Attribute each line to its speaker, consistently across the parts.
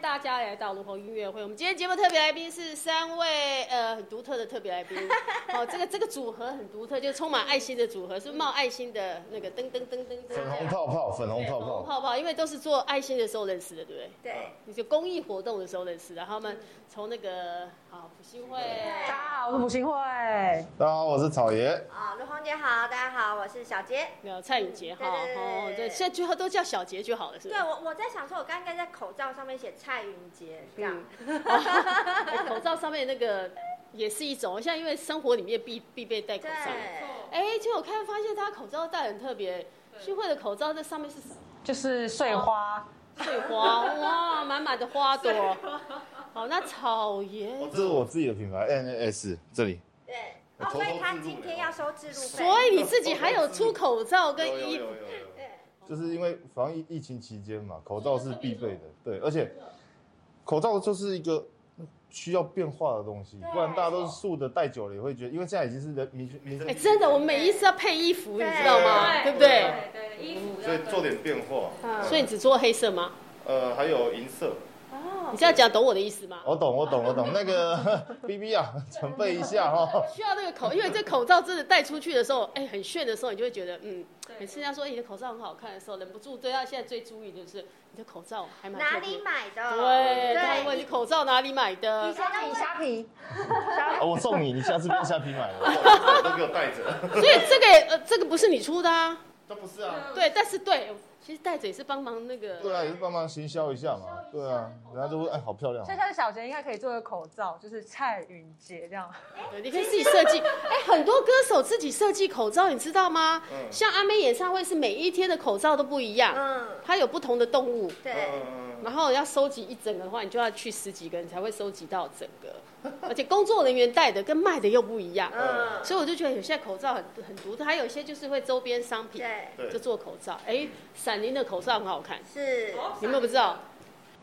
Speaker 1: 大家来到卢红音乐会。我们今天节目特别来宾是三位呃很独特的特别 来宾，哦，这个这个组合很独特，就是充满爱心的组合，是冒爱心的那个噔噔噔噔噔。
Speaker 2: 粉红泡泡，粉红
Speaker 1: 对啊
Speaker 2: 泡
Speaker 1: 粉红
Speaker 2: 泡，
Speaker 1: 泡泡，因为都是做爱心的时候认识的，对不对？
Speaker 3: 对，
Speaker 1: 你就公益活动的时候认识的，然后他们从那个好普星会，
Speaker 4: 大家好，我是朴信惠。
Speaker 2: 大家好，我是草爷。
Speaker 3: 啊，卢红姐好，大家好，我是小杰。
Speaker 1: 没有蔡颖杰哈，
Speaker 3: 对对对
Speaker 1: 哦
Speaker 3: 对，
Speaker 1: 对，
Speaker 3: 对
Speaker 1: 现在最后都叫小杰就好了，是不
Speaker 3: 对
Speaker 1: 是？
Speaker 3: 我，我在想说，我刚应该在口罩上面写蔡云杰
Speaker 2: 嗯
Speaker 3: 这样。
Speaker 1: 哎口罩上面那个也是一种，现在因为生活里面必必备戴口
Speaker 3: 对，
Speaker 1: 罩。哎，结果我看发现大家口罩戴很特别，聚会的口罩这上面是什么？
Speaker 4: 就是碎花，
Speaker 1: 碎花，哇，满满的花朵。好，那草爷，
Speaker 2: 这是我自己的品牌 NS，这里
Speaker 3: 对。
Speaker 2: 我
Speaker 3: 哦，
Speaker 2: 偷偷
Speaker 3: 所以他
Speaker 2: 自录
Speaker 3: 今
Speaker 2: 的
Speaker 3: 天要收置入费。
Speaker 1: 所以你自己还有出口罩跟衣服，
Speaker 3: 对，
Speaker 2: 就是因为防疫疫情期间嘛，口罩是必备的，对，而且口罩就是一个需要变化的东西，
Speaker 3: 对
Speaker 1: 啊
Speaker 2: 不然大家都是竖的，戴久了也会觉得，因为现在已经是人民民生
Speaker 1: 哎，，真的，我们每一次要配衣服，你
Speaker 3: 对
Speaker 1: 知道吗？对不对？
Speaker 4: 对对，衣服
Speaker 5: 所以做点变化，
Speaker 1: 所以你只做黑色吗？
Speaker 5: 呃，还有银色，
Speaker 1: 你这样讲懂我的意思吗？
Speaker 2: 我懂，我懂，我懂，那个 B B 啊，准备一下哈。
Speaker 1: 需要那个口，因为这口罩真的戴出去的时候，哎、很炫的时候，你就会觉得，嗯，每次人家说、哎你的口罩很好看的时候，忍不住对他现在最注意的就是你的口罩还蛮
Speaker 3: 哪
Speaker 1: 特别
Speaker 3: 里买的？
Speaker 1: 对，他会问你
Speaker 3: 对，
Speaker 1: 口罩哪里买的
Speaker 3: 以？前都
Speaker 4: 皮
Speaker 3: 问
Speaker 4: 虾皮，
Speaker 2: 哦我送你，你下次跟下批买了。
Speaker 5: 我都给我带着。
Speaker 1: 所以这个也呃，这个不是你出的啊，
Speaker 5: 这不是啊，
Speaker 1: 对，但是对，其实戴着也是帮忙那
Speaker 2: 对
Speaker 1: 个，
Speaker 2: 啊，也是帮忙行销一下嘛。对啊，人家就会哎，好漂亮
Speaker 4: 所以
Speaker 2: 哦。
Speaker 4: 像小杰应该可以做个口罩，就是蔡云杰这样。
Speaker 1: 对呃你可以自己设计。哎、很多歌手自己设计口罩，你知道吗？
Speaker 5: 嗯
Speaker 1: 像阿妹演唱会是每一天的口罩都不一样，
Speaker 3: 嗯，
Speaker 1: 它有不同的动物。
Speaker 3: 对，
Speaker 5: 嗯，
Speaker 1: 然后要收集一整个的话，你就要去十几个，你才会收集到整 个。而且工作人员戴的跟卖的又不一样，
Speaker 3: 嗯，
Speaker 1: 所以我就觉得有些口罩很很独特，还有一些就是会周边商品，
Speaker 3: 对，
Speaker 5: 对
Speaker 1: 就做口罩。哎，闪灵的口罩很好看，
Speaker 3: 是，
Speaker 1: 你们有没有知道？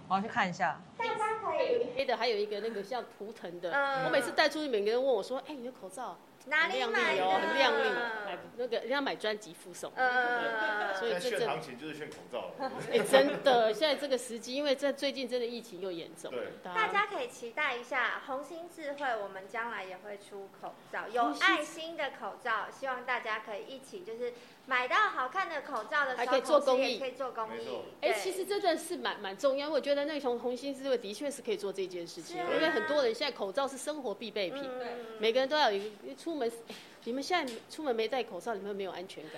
Speaker 4: 我要去看一下。
Speaker 3: 大家可以
Speaker 1: 黑的还有一个那个像图腾的，
Speaker 3: 嗯
Speaker 1: 我每次戴出去，每个人问我说：“哎，你的口罩
Speaker 3: 哪
Speaker 1: 很
Speaker 3: 里
Speaker 1: 亮
Speaker 3: 买
Speaker 1: 丽
Speaker 3: 的？
Speaker 1: 哦，很亮丽。”买那个人家买专辑附送。
Speaker 3: 嗯，
Speaker 1: 所以
Speaker 5: 但
Speaker 1: 这
Speaker 5: 炫
Speaker 1: 这
Speaker 5: 行情就是炫口罩了，
Speaker 1: 哎，真的，现在这个时机，因为这最近真的疫情又严重，
Speaker 5: 对
Speaker 3: 大家可以期待一下红星智慧，我们将来也会出口罩，有爱心的口罩，希望大家可以一起就是买到好看的口罩的时候，
Speaker 1: 还可以做公益
Speaker 3: 同时也可以做公
Speaker 5: 没
Speaker 3: 益
Speaker 5: 错。
Speaker 1: 哎、
Speaker 3: 对
Speaker 1: 其实这段是蛮蛮重要，我觉得那个从红星思维的确是可以做这件事情，
Speaker 3: 是啊
Speaker 1: 因为很多人现在口罩是生活必备品，
Speaker 3: 嗯
Speaker 1: 每个人都要有一个出门、哎你们现在出门没戴口罩，你们没有安全感。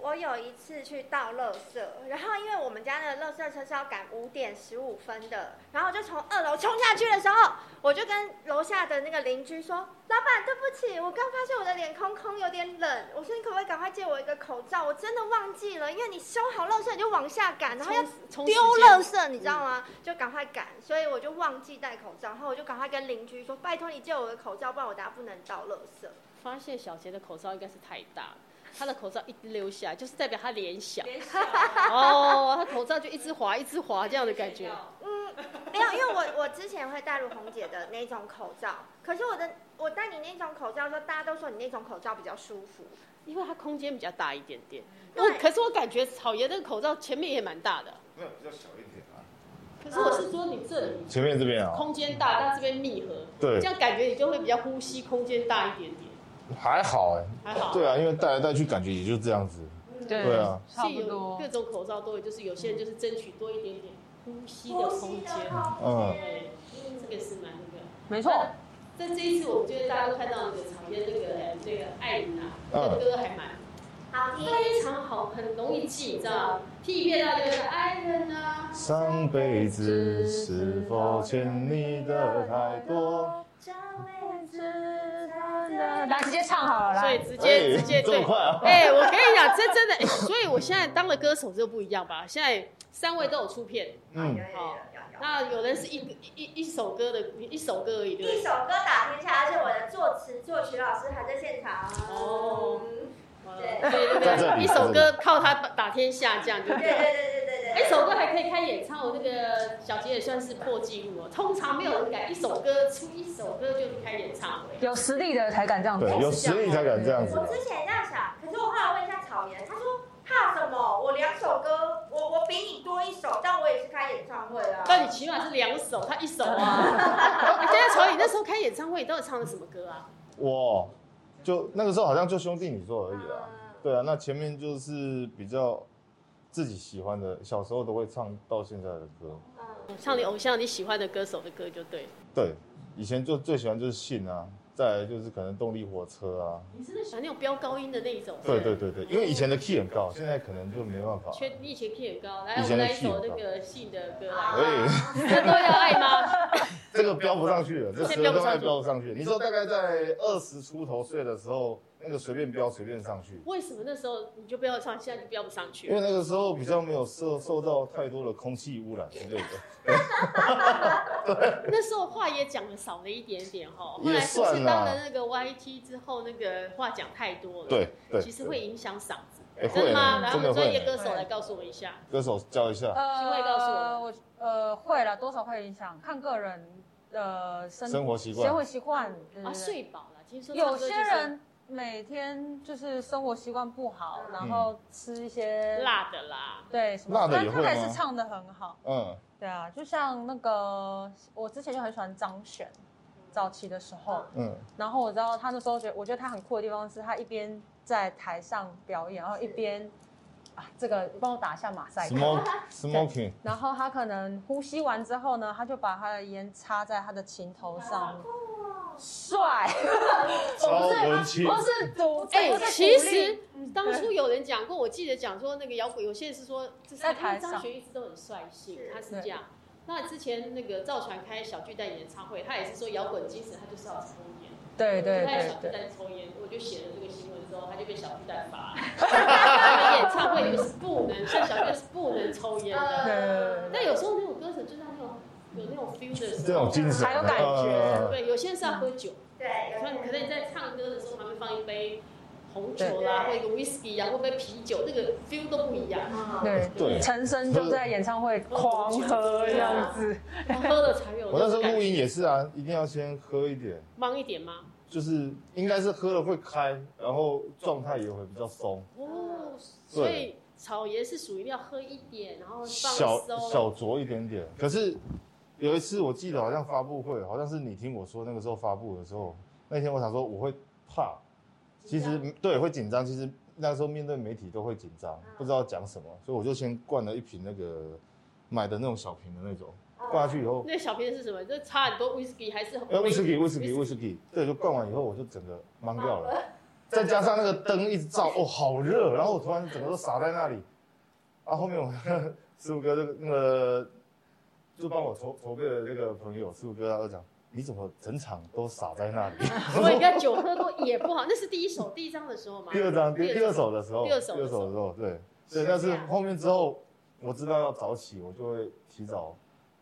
Speaker 3: 我有一次去倒垃圾，然后因为我们家的垃圾车是要赶五点十五分的，然后我就从二楼冲下去的时候，我就跟楼下的那个邻居说：“老板，对不起，我刚发现我的脸空空，有点冷。我说你可不可以赶快借我一个口罩？我真的忘记了，因为你收好垃圾你就往下赶，然后要
Speaker 1: 从
Speaker 3: 丢垃圾，你知道吗？就赶快赶，所以我就忘记戴口罩，然后我就赶快跟邻居说：拜托你借我个口罩，不然我等下不能倒垃圾。
Speaker 1: 发现小杰的口罩应该是太大了，他的口罩一溜下来，就是代表他脸小。哦，他口罩就一直滑，一直滑这样的感觉。
Speaker 3: 没有，因为我我之前会戴入红姐的那种口罩，可是我的我戴你那种口罩的时候，大家都说你那种口罩比较舒服。
Speaker 1: 因为它空间比较大一点点。
Speaker 3: 对
Speaker 1: 我可是我感觉草爷那个口罩前面也蛮大的，
Speaker 5: 没有比较小一点啊。
Speaker 1: 可是我是说你这里
Speaker 2: 前面这边啊，
Speaker 1: 空间大，但这边密合，
Speaker 2: 对
Speaker 1: 这样感觉你就会比较呼吸空间大一点点，
Speaker 2: 还好哎。
Speaker 1: 还好。
Speaker 2: 对啊，因为戴来戴去感觉也就这样子。
Speaker 4: 对
Speaker 2: 对啊
Speaker 4: 差
Speaker 1: 所以
Speaker 4: 不
Speaker 1: 有
Speaker 4: 多
Speaker 1: 各。种口罩都有，就是有些人就是争取多一点点呼吸的空间，
Speaker 2: 嗯，
Speaker 1: 对，这个是蛮那个。
Speaker 4: 没错，
Speaker 1: 在这一次，我觉得大家都看到那个场边那个呃那个艾琳啊，
Speaker 2: 嗯
Speaker 1: 那个歌还蛮
Speaker 3: 好听，
Speaker 1: 非常好，很容易记，你知道吗？听一遍大家就会爱人啊。
Speaker 2: 上辈子是否欠你的太多？嗯
Speaker 4: 来直接唱好了，
Speaker 1: 所
Speaker 4: 来
Speaker 1: 以。直接
Speaker 2: 哎
Speaker 1: 直接
Speaker 2: 这
Speaker 1: 对
Speaker 2: 么，快 啊！
Speaker 1: 哎、我跟你讲，这真的、哎所以我现在当了歌手就不一样吧。现在三位都有出片，
Speaker 2: 嗯，
Speaker 1: 好，那有人是一个一一一首歌的一首歌而已，对不
Speaker 3: 一
Speaker 1: 对？
Speaker 3: 首歌打天下，而且我的作词作曲老师还在现场。
Speaker 1: 哦哇
Speaker 3: 对
Speaker 1: 对对
Speaker 2: 在这
Speaker 1: 对，
Speaker 2: 里
Speaker 1: 一首歌靠他打天下，这样对
Speaker 3: 对
Speaker 1: 不
Speaker 3: 对
Speaker 1: 对？
Speaker 3: 对对对对。
Speaker 1: 一首歌还可以开演唱会，那个小杰也算是破纪录哦。通常没有人敢一首歌出一首歌就去开演唱会。
Speaker 4: 有实力的才敢这
Speaker 1: 嗯
Speaker 4: 样
Speaker 2: 对，
Speaker 4: 做。
Speaker 2: 有实力才敢这样子
Speaker 3: 我。之前这样想，可是我后来问一下草原，他说怕什么？我两首歌，我我比你多一手，但我也是开演唱会啊。
Speaker 1: 但你起码是两首，他一首 啊。你在从你那时候开演唱会，你到底唱的什么歌啊？
Speaker 2: 我就那个时候好像就兄弟你做而已啦。
Speaker 3: 嗯
Speaker 2: 对啊，那前面就是比较自己喜欢的，小时候都会唱到现在的歌。
Speaker 3: 嗯
Speaker 1: 唱你偶像你喜欢的歌手的歌就对了。
Speaker 2: 对，以前就最喜欢就是信啊，再来就是可能动力火车啊。
Speaker 1: 你真的喜欢那种飙高音的那一种？
Speaker 2: 对对。对对，因为以前的 key 很高，现在可能就没办法。
Speaker 1: 缺你以前 key 很高，来
Speaker 2: 以
Speaker 1: 我们
Speaker 2: 前的
Speaker 1: 来一
Speaker 2: key
Speaker 1: 首
Speaker 2: 很
Speaker 1: 那
Speaker 2: 高
Speaker 1: 个信的歌来，
Speaker 4: 啊
Speaker 2: 哎，
Speaker 1: 这都要爱吗？
Speaker 2: 这个飙不上去了，这
Speaker 1: 这
Speaker 2: 十
Speaker 1: 飙
Speaker 2: 个
Speaker 1: 不
Speaker 2: 都
Speaker 1: 上
Speaker 2: 快
Speaker 1: 去
Speaker 2: 飙不上去了。你说大概在二十出头岁的时候，那个随便飙随便上去，
Speaker 1: 为什么那时候你就不要唱，现在就飙不上去
Speaker 2: 因为
Speaker 1: 了？
Speaker 2: 那个时候比较没有受受到太多的空气污染之类的。
Speaker 1: 那时候话也讲的少了一点点哈，后
Speaker 2: 也
Speaker 1: 来是不是
Speaker 2: 算啦
Speaker 1: 当了那个 YT 之后，那个话讲太多了？，
Speaker 2: 对对，
Speaker 1: 其实会影响嗓子，
Speaker 2: 哎
Speaker 1: 真的
Speaker 2: 会
Speaker 1: 吗？
Speaker 2: 呢，
Speaker 1: 来，我
Speaker 2: 真的
Speaker 1: 们
Speaker 2: 会
Speaker 1: 专业
Speaker 2: 呢。
Speaker 1: 歌手来告诉我一下。啊
Speaker 2: 歌手教一下，
Speaker 4: 呃，
Speaker 1: 会告诉我
Speaker 4: 我呃会了，多少会影响，看个人的
Speaker 1: 呃
Speaker 4: 生
Speaker 2: 生活习惯
Speaker 4: 生活习惯。对
Speaker 1: 啊，
Speaker 4: 对对
Speaker 1: 睡饱了，听说
Speaker 4: 嗯有些人每天就是生活习惯不好，
Speaker 1: 嗯
Speaker 4: 然后吃一些，
Speaker 1: 辣的啦，
Speaker 4: 对什么
Speaker 2: 辣的
Speaker 4: 但
Speaker 2: 也
Speaker 4: 他
Speaker 2: 会
Speaker 4: 还
Speaker 2: 吗
Speaker 4: 是唱的很好。
Speaker 2: 嗯，
Speaker 4: 对啊，就像那个我之前就很喜欢张悬，早期的时候，
Speaker 2: 嗯，
Speaker 4: 然后我知道他那时候觉得，我觉得他很酷的地方是他一边在台上表演，然后一边啊这个帮我打一下马赛克。
Speaker 2: Smoke smoking，
Speaker 4: 然后他可能呼吸完之后呢，他就把他的烟插在他的琴头
Speaker 1: 嗯
Speaker 4: 上，帅，
Speaker 2: 超文青，
Speaker 4: 是毒，
Speaker 1: 哎、
Speaker 4: 不是
Speaker 1: 其
Speaker 4: 鼓励
Speaker 1: 实当初有人讲过，我记得讲说那个摇滚，有些人是说，这是
Speaker 4: 在
Speaker 1: 因为
Speaker 4: 台
Speaker 1: 张
Speaker 4: 上
Speaker 1: 学一直都很率性，他是
Speaker 4: 对
Speaker 1: 这样。那之前那个赵传开小巨蛋演唱会，他也是说摇滚精神，他就是要抽烟，
Speaker 4: 对对
Speaker 1: 就他在小
Speaker 4: 对
Speaker 1: 巨
Speaker 4: 对，
Speaker 1: 蛋抽烟，我就写了这个新闻之后，他就被小巨蛋罚。 他们演唱会是不能，像小巨蛋是不能抽烟
Speaker 4: 呃
Speaker 1: 的。
Speaker 3: 呃
Speaker 4: 对
Speaker 1: 那有时候那种歌手就是那种有那种 feel 的时候，
Speaker 2: 这种精神，啊
Speaker 4: 还有感觉
Speaker 2: 嗯
Speaker 1: 对，有些人是要喝酒。
Speaker 3: 对，有
Speaker 1: 可能
Speaker 3: 点
Speaker 1: 可能你在唱歌的时候，旁边放一杯红酒啦，或一个 whisky 啊呀、或一杯啤酒，那个 feel 都不一样。
Speaker 3: 嗯
Speaker 4: 对
Speaker 2: 呃对
Speaker 4: 陈升就在演唱会狂喝这样子，
Speaker 1: 喝了才有
Speaker 2: 我
Speaker 1: 那
Speaker 2: 那时
Speaker 1: 种
Speaker 2: 候
Speaker 1: 感
Speaker 2: 录
Speaker 1: 觉。
Speaker 2: 音也是啊，一定要先喝一点，
Speaker 1: 忙一点吗？
Speaker 2: 就是应该是喝了会开，然后状态也会比较松，
Speaker 1: 哦，
Speaker 2: 对
Speaker 1: 所以草爷是属于要喝一点，然后放
Speaker 2: 小
Speaker 1: 松。
Speaker 2: 小酌一点点。可是有一次我记得好像发布会，好像是你听我说那个时候发布的时候，那天我想说我会怕，其实对会紧张，其实那时候面对媒体都会紧张，不知道讲什么，所以我就先灌了一瓶那个买的那种小瓶的那种，灌下去以后。
Speaker 1: 那小瓶是什么？这差很多 whisky 还是
Speaker 2: 哎，威士忌，威士忌，威
Speaker 1: 呃忌。
Speaker 2: 士忌，对，就灌完以后我就整个懵掉了， 再加上那个灯一直照，哦，好热，然后我突然整个都傻在那里。啊，后面我 师傅哥那个那个就帮我筹筹备的那个朋友，师傅哥他就讲，你怎么整场都傻在那里？
Speaker 1: 我应该酒喝过也不好，那是第一首第一章的时候嘛。
Speaker 2: 第二张第第二首的时候，
Speaker 1: 第二首的时候啊
Speaker 2: 的时候，对，对，但是后面之后我知道要早起，我就会提早，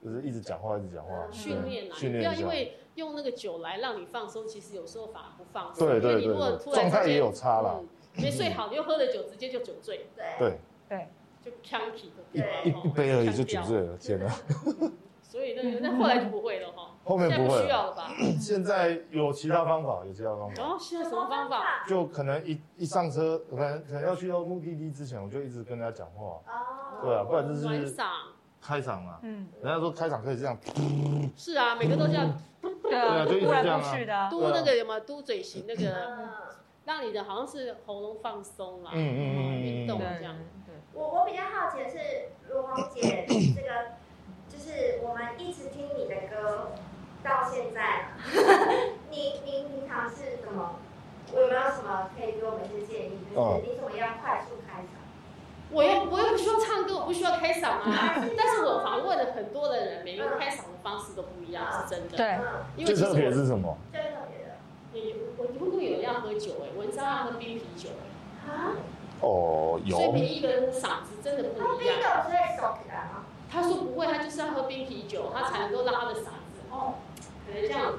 Speaker 2: 就是一直讲话，一直讲话，对
Speaker 1: 训练啊，你
Speaker 2: 训
Speaker 1: 不
Speaker 2: 练
Speaker 1: 要
Speaker 2: 一下
Speaker 1: 因为用那个酒来让你放松，其实有时候反而不放松。
Speaker 2: 对
Speaker 1: 因为
Speaker 2: 对
Speaker 1: 你
Speaker 2: 对
Speaker 1: 如果
Speaker 2: 对，
Speaker 1: 突然之
Speaker 2: 状态也
Speaker 1: 间
Speaker 2: 有差啦。
Speaker 1: 嗯，没睡好，你又喝了酒，直接就酒醉，
Speaker 3: 对
Speaker 2: 对，
Speaker 4: 对，
Speaker 1: 就呛起的，哦
Speaker 2: 一一一杯而已就酒醉了，天 哪！
Speaker 1: 所以那个那后来就不会了哈，
Speaker 2: 后
Speaker 1: 现
Speaker 2: 面
Speaker 1: 在
Speaker 2: 嗯不会
Speaker 1: 需
Speaker 2: 了。
Speaker 1: 要了吧？
Speaker 2: 现在有其他方法，有其他方
Speaker 1: 然
Speaker 2: 法，
Speaker 1: 后现在什么方法？？
Speaker 2: 就可能一一上车，可能可能要去到目的地之前，我就一直跟人家讲话，
Speaker 3: 哦，
Speaker 2: 对啊，不然就
Speaker 1: 暖
Speaker 2: 是
Speaker 1: 嗓
Speaker 2: 开场嘛。
Speaker 4: 嗯，
Speaker 2: 人家说开场可以这样，
Speaker 1: 是啊，每个都这样
Speaker 4: 对
Speaker 2: 对
Speaker 4: 啊，
Speaker 2: 啊就一直
Speaker 4: 过来
Speaker 2: 这样
Speaker 4: 过
Speaker 2: 啊
Speaker 4: 去的啊，
Speaker 1: 嘟那个什么嘟嘴型那个，
Speaker 3: 嗯
Speaker 1: 让你的好像是喉咙放松啦，
Speaker 2: 嗯嗯嗯嗯嗯
Speaker 1: 运动
Speaker 4: 对
Speaker 1: 这样。
Speaker 4: 对。
Speaker 3: 我我比较好奇的是，如虹姐这个，就是我们一直听你的歌到现在，你你平常是怎么？有没有什么可以给我们一些建议？就是你怎么样快速开场？
Speaker 1: 我又我又不需要唱歌，我不需要开嗓啊。但是我访问了很多的人，每个人开嗓的方式都不一样，是真的。
Speaker 4: 对，
Speaker 3: 嗯，
Speaker 1: 因为
Speaker 2: 最
Speaker 1: 其实
Speaker 2: 特
Speaker 1: 我
Speaker 2: 别是什么？
Speaker 3: 最特别的
Speaker 1: 你我你会不会有人要喝酒哎、文章要喝冰啤酒哎、
Speaker 3: 啊，
Speaker 2: 哦，
Speaker 1: 所以
Speaker 2: 有
Speaker 1: 每一个人嗓子真的
Speaker 3: 那
Speaker 1: 不一
Speaker 3: 冰
Speaker 1: 样。
Speaker 3: 的最熟的啊，
Speaker 1: 他说不会，他就是要喝冰啤酒，他才能够让他的嗓子哦，可能这样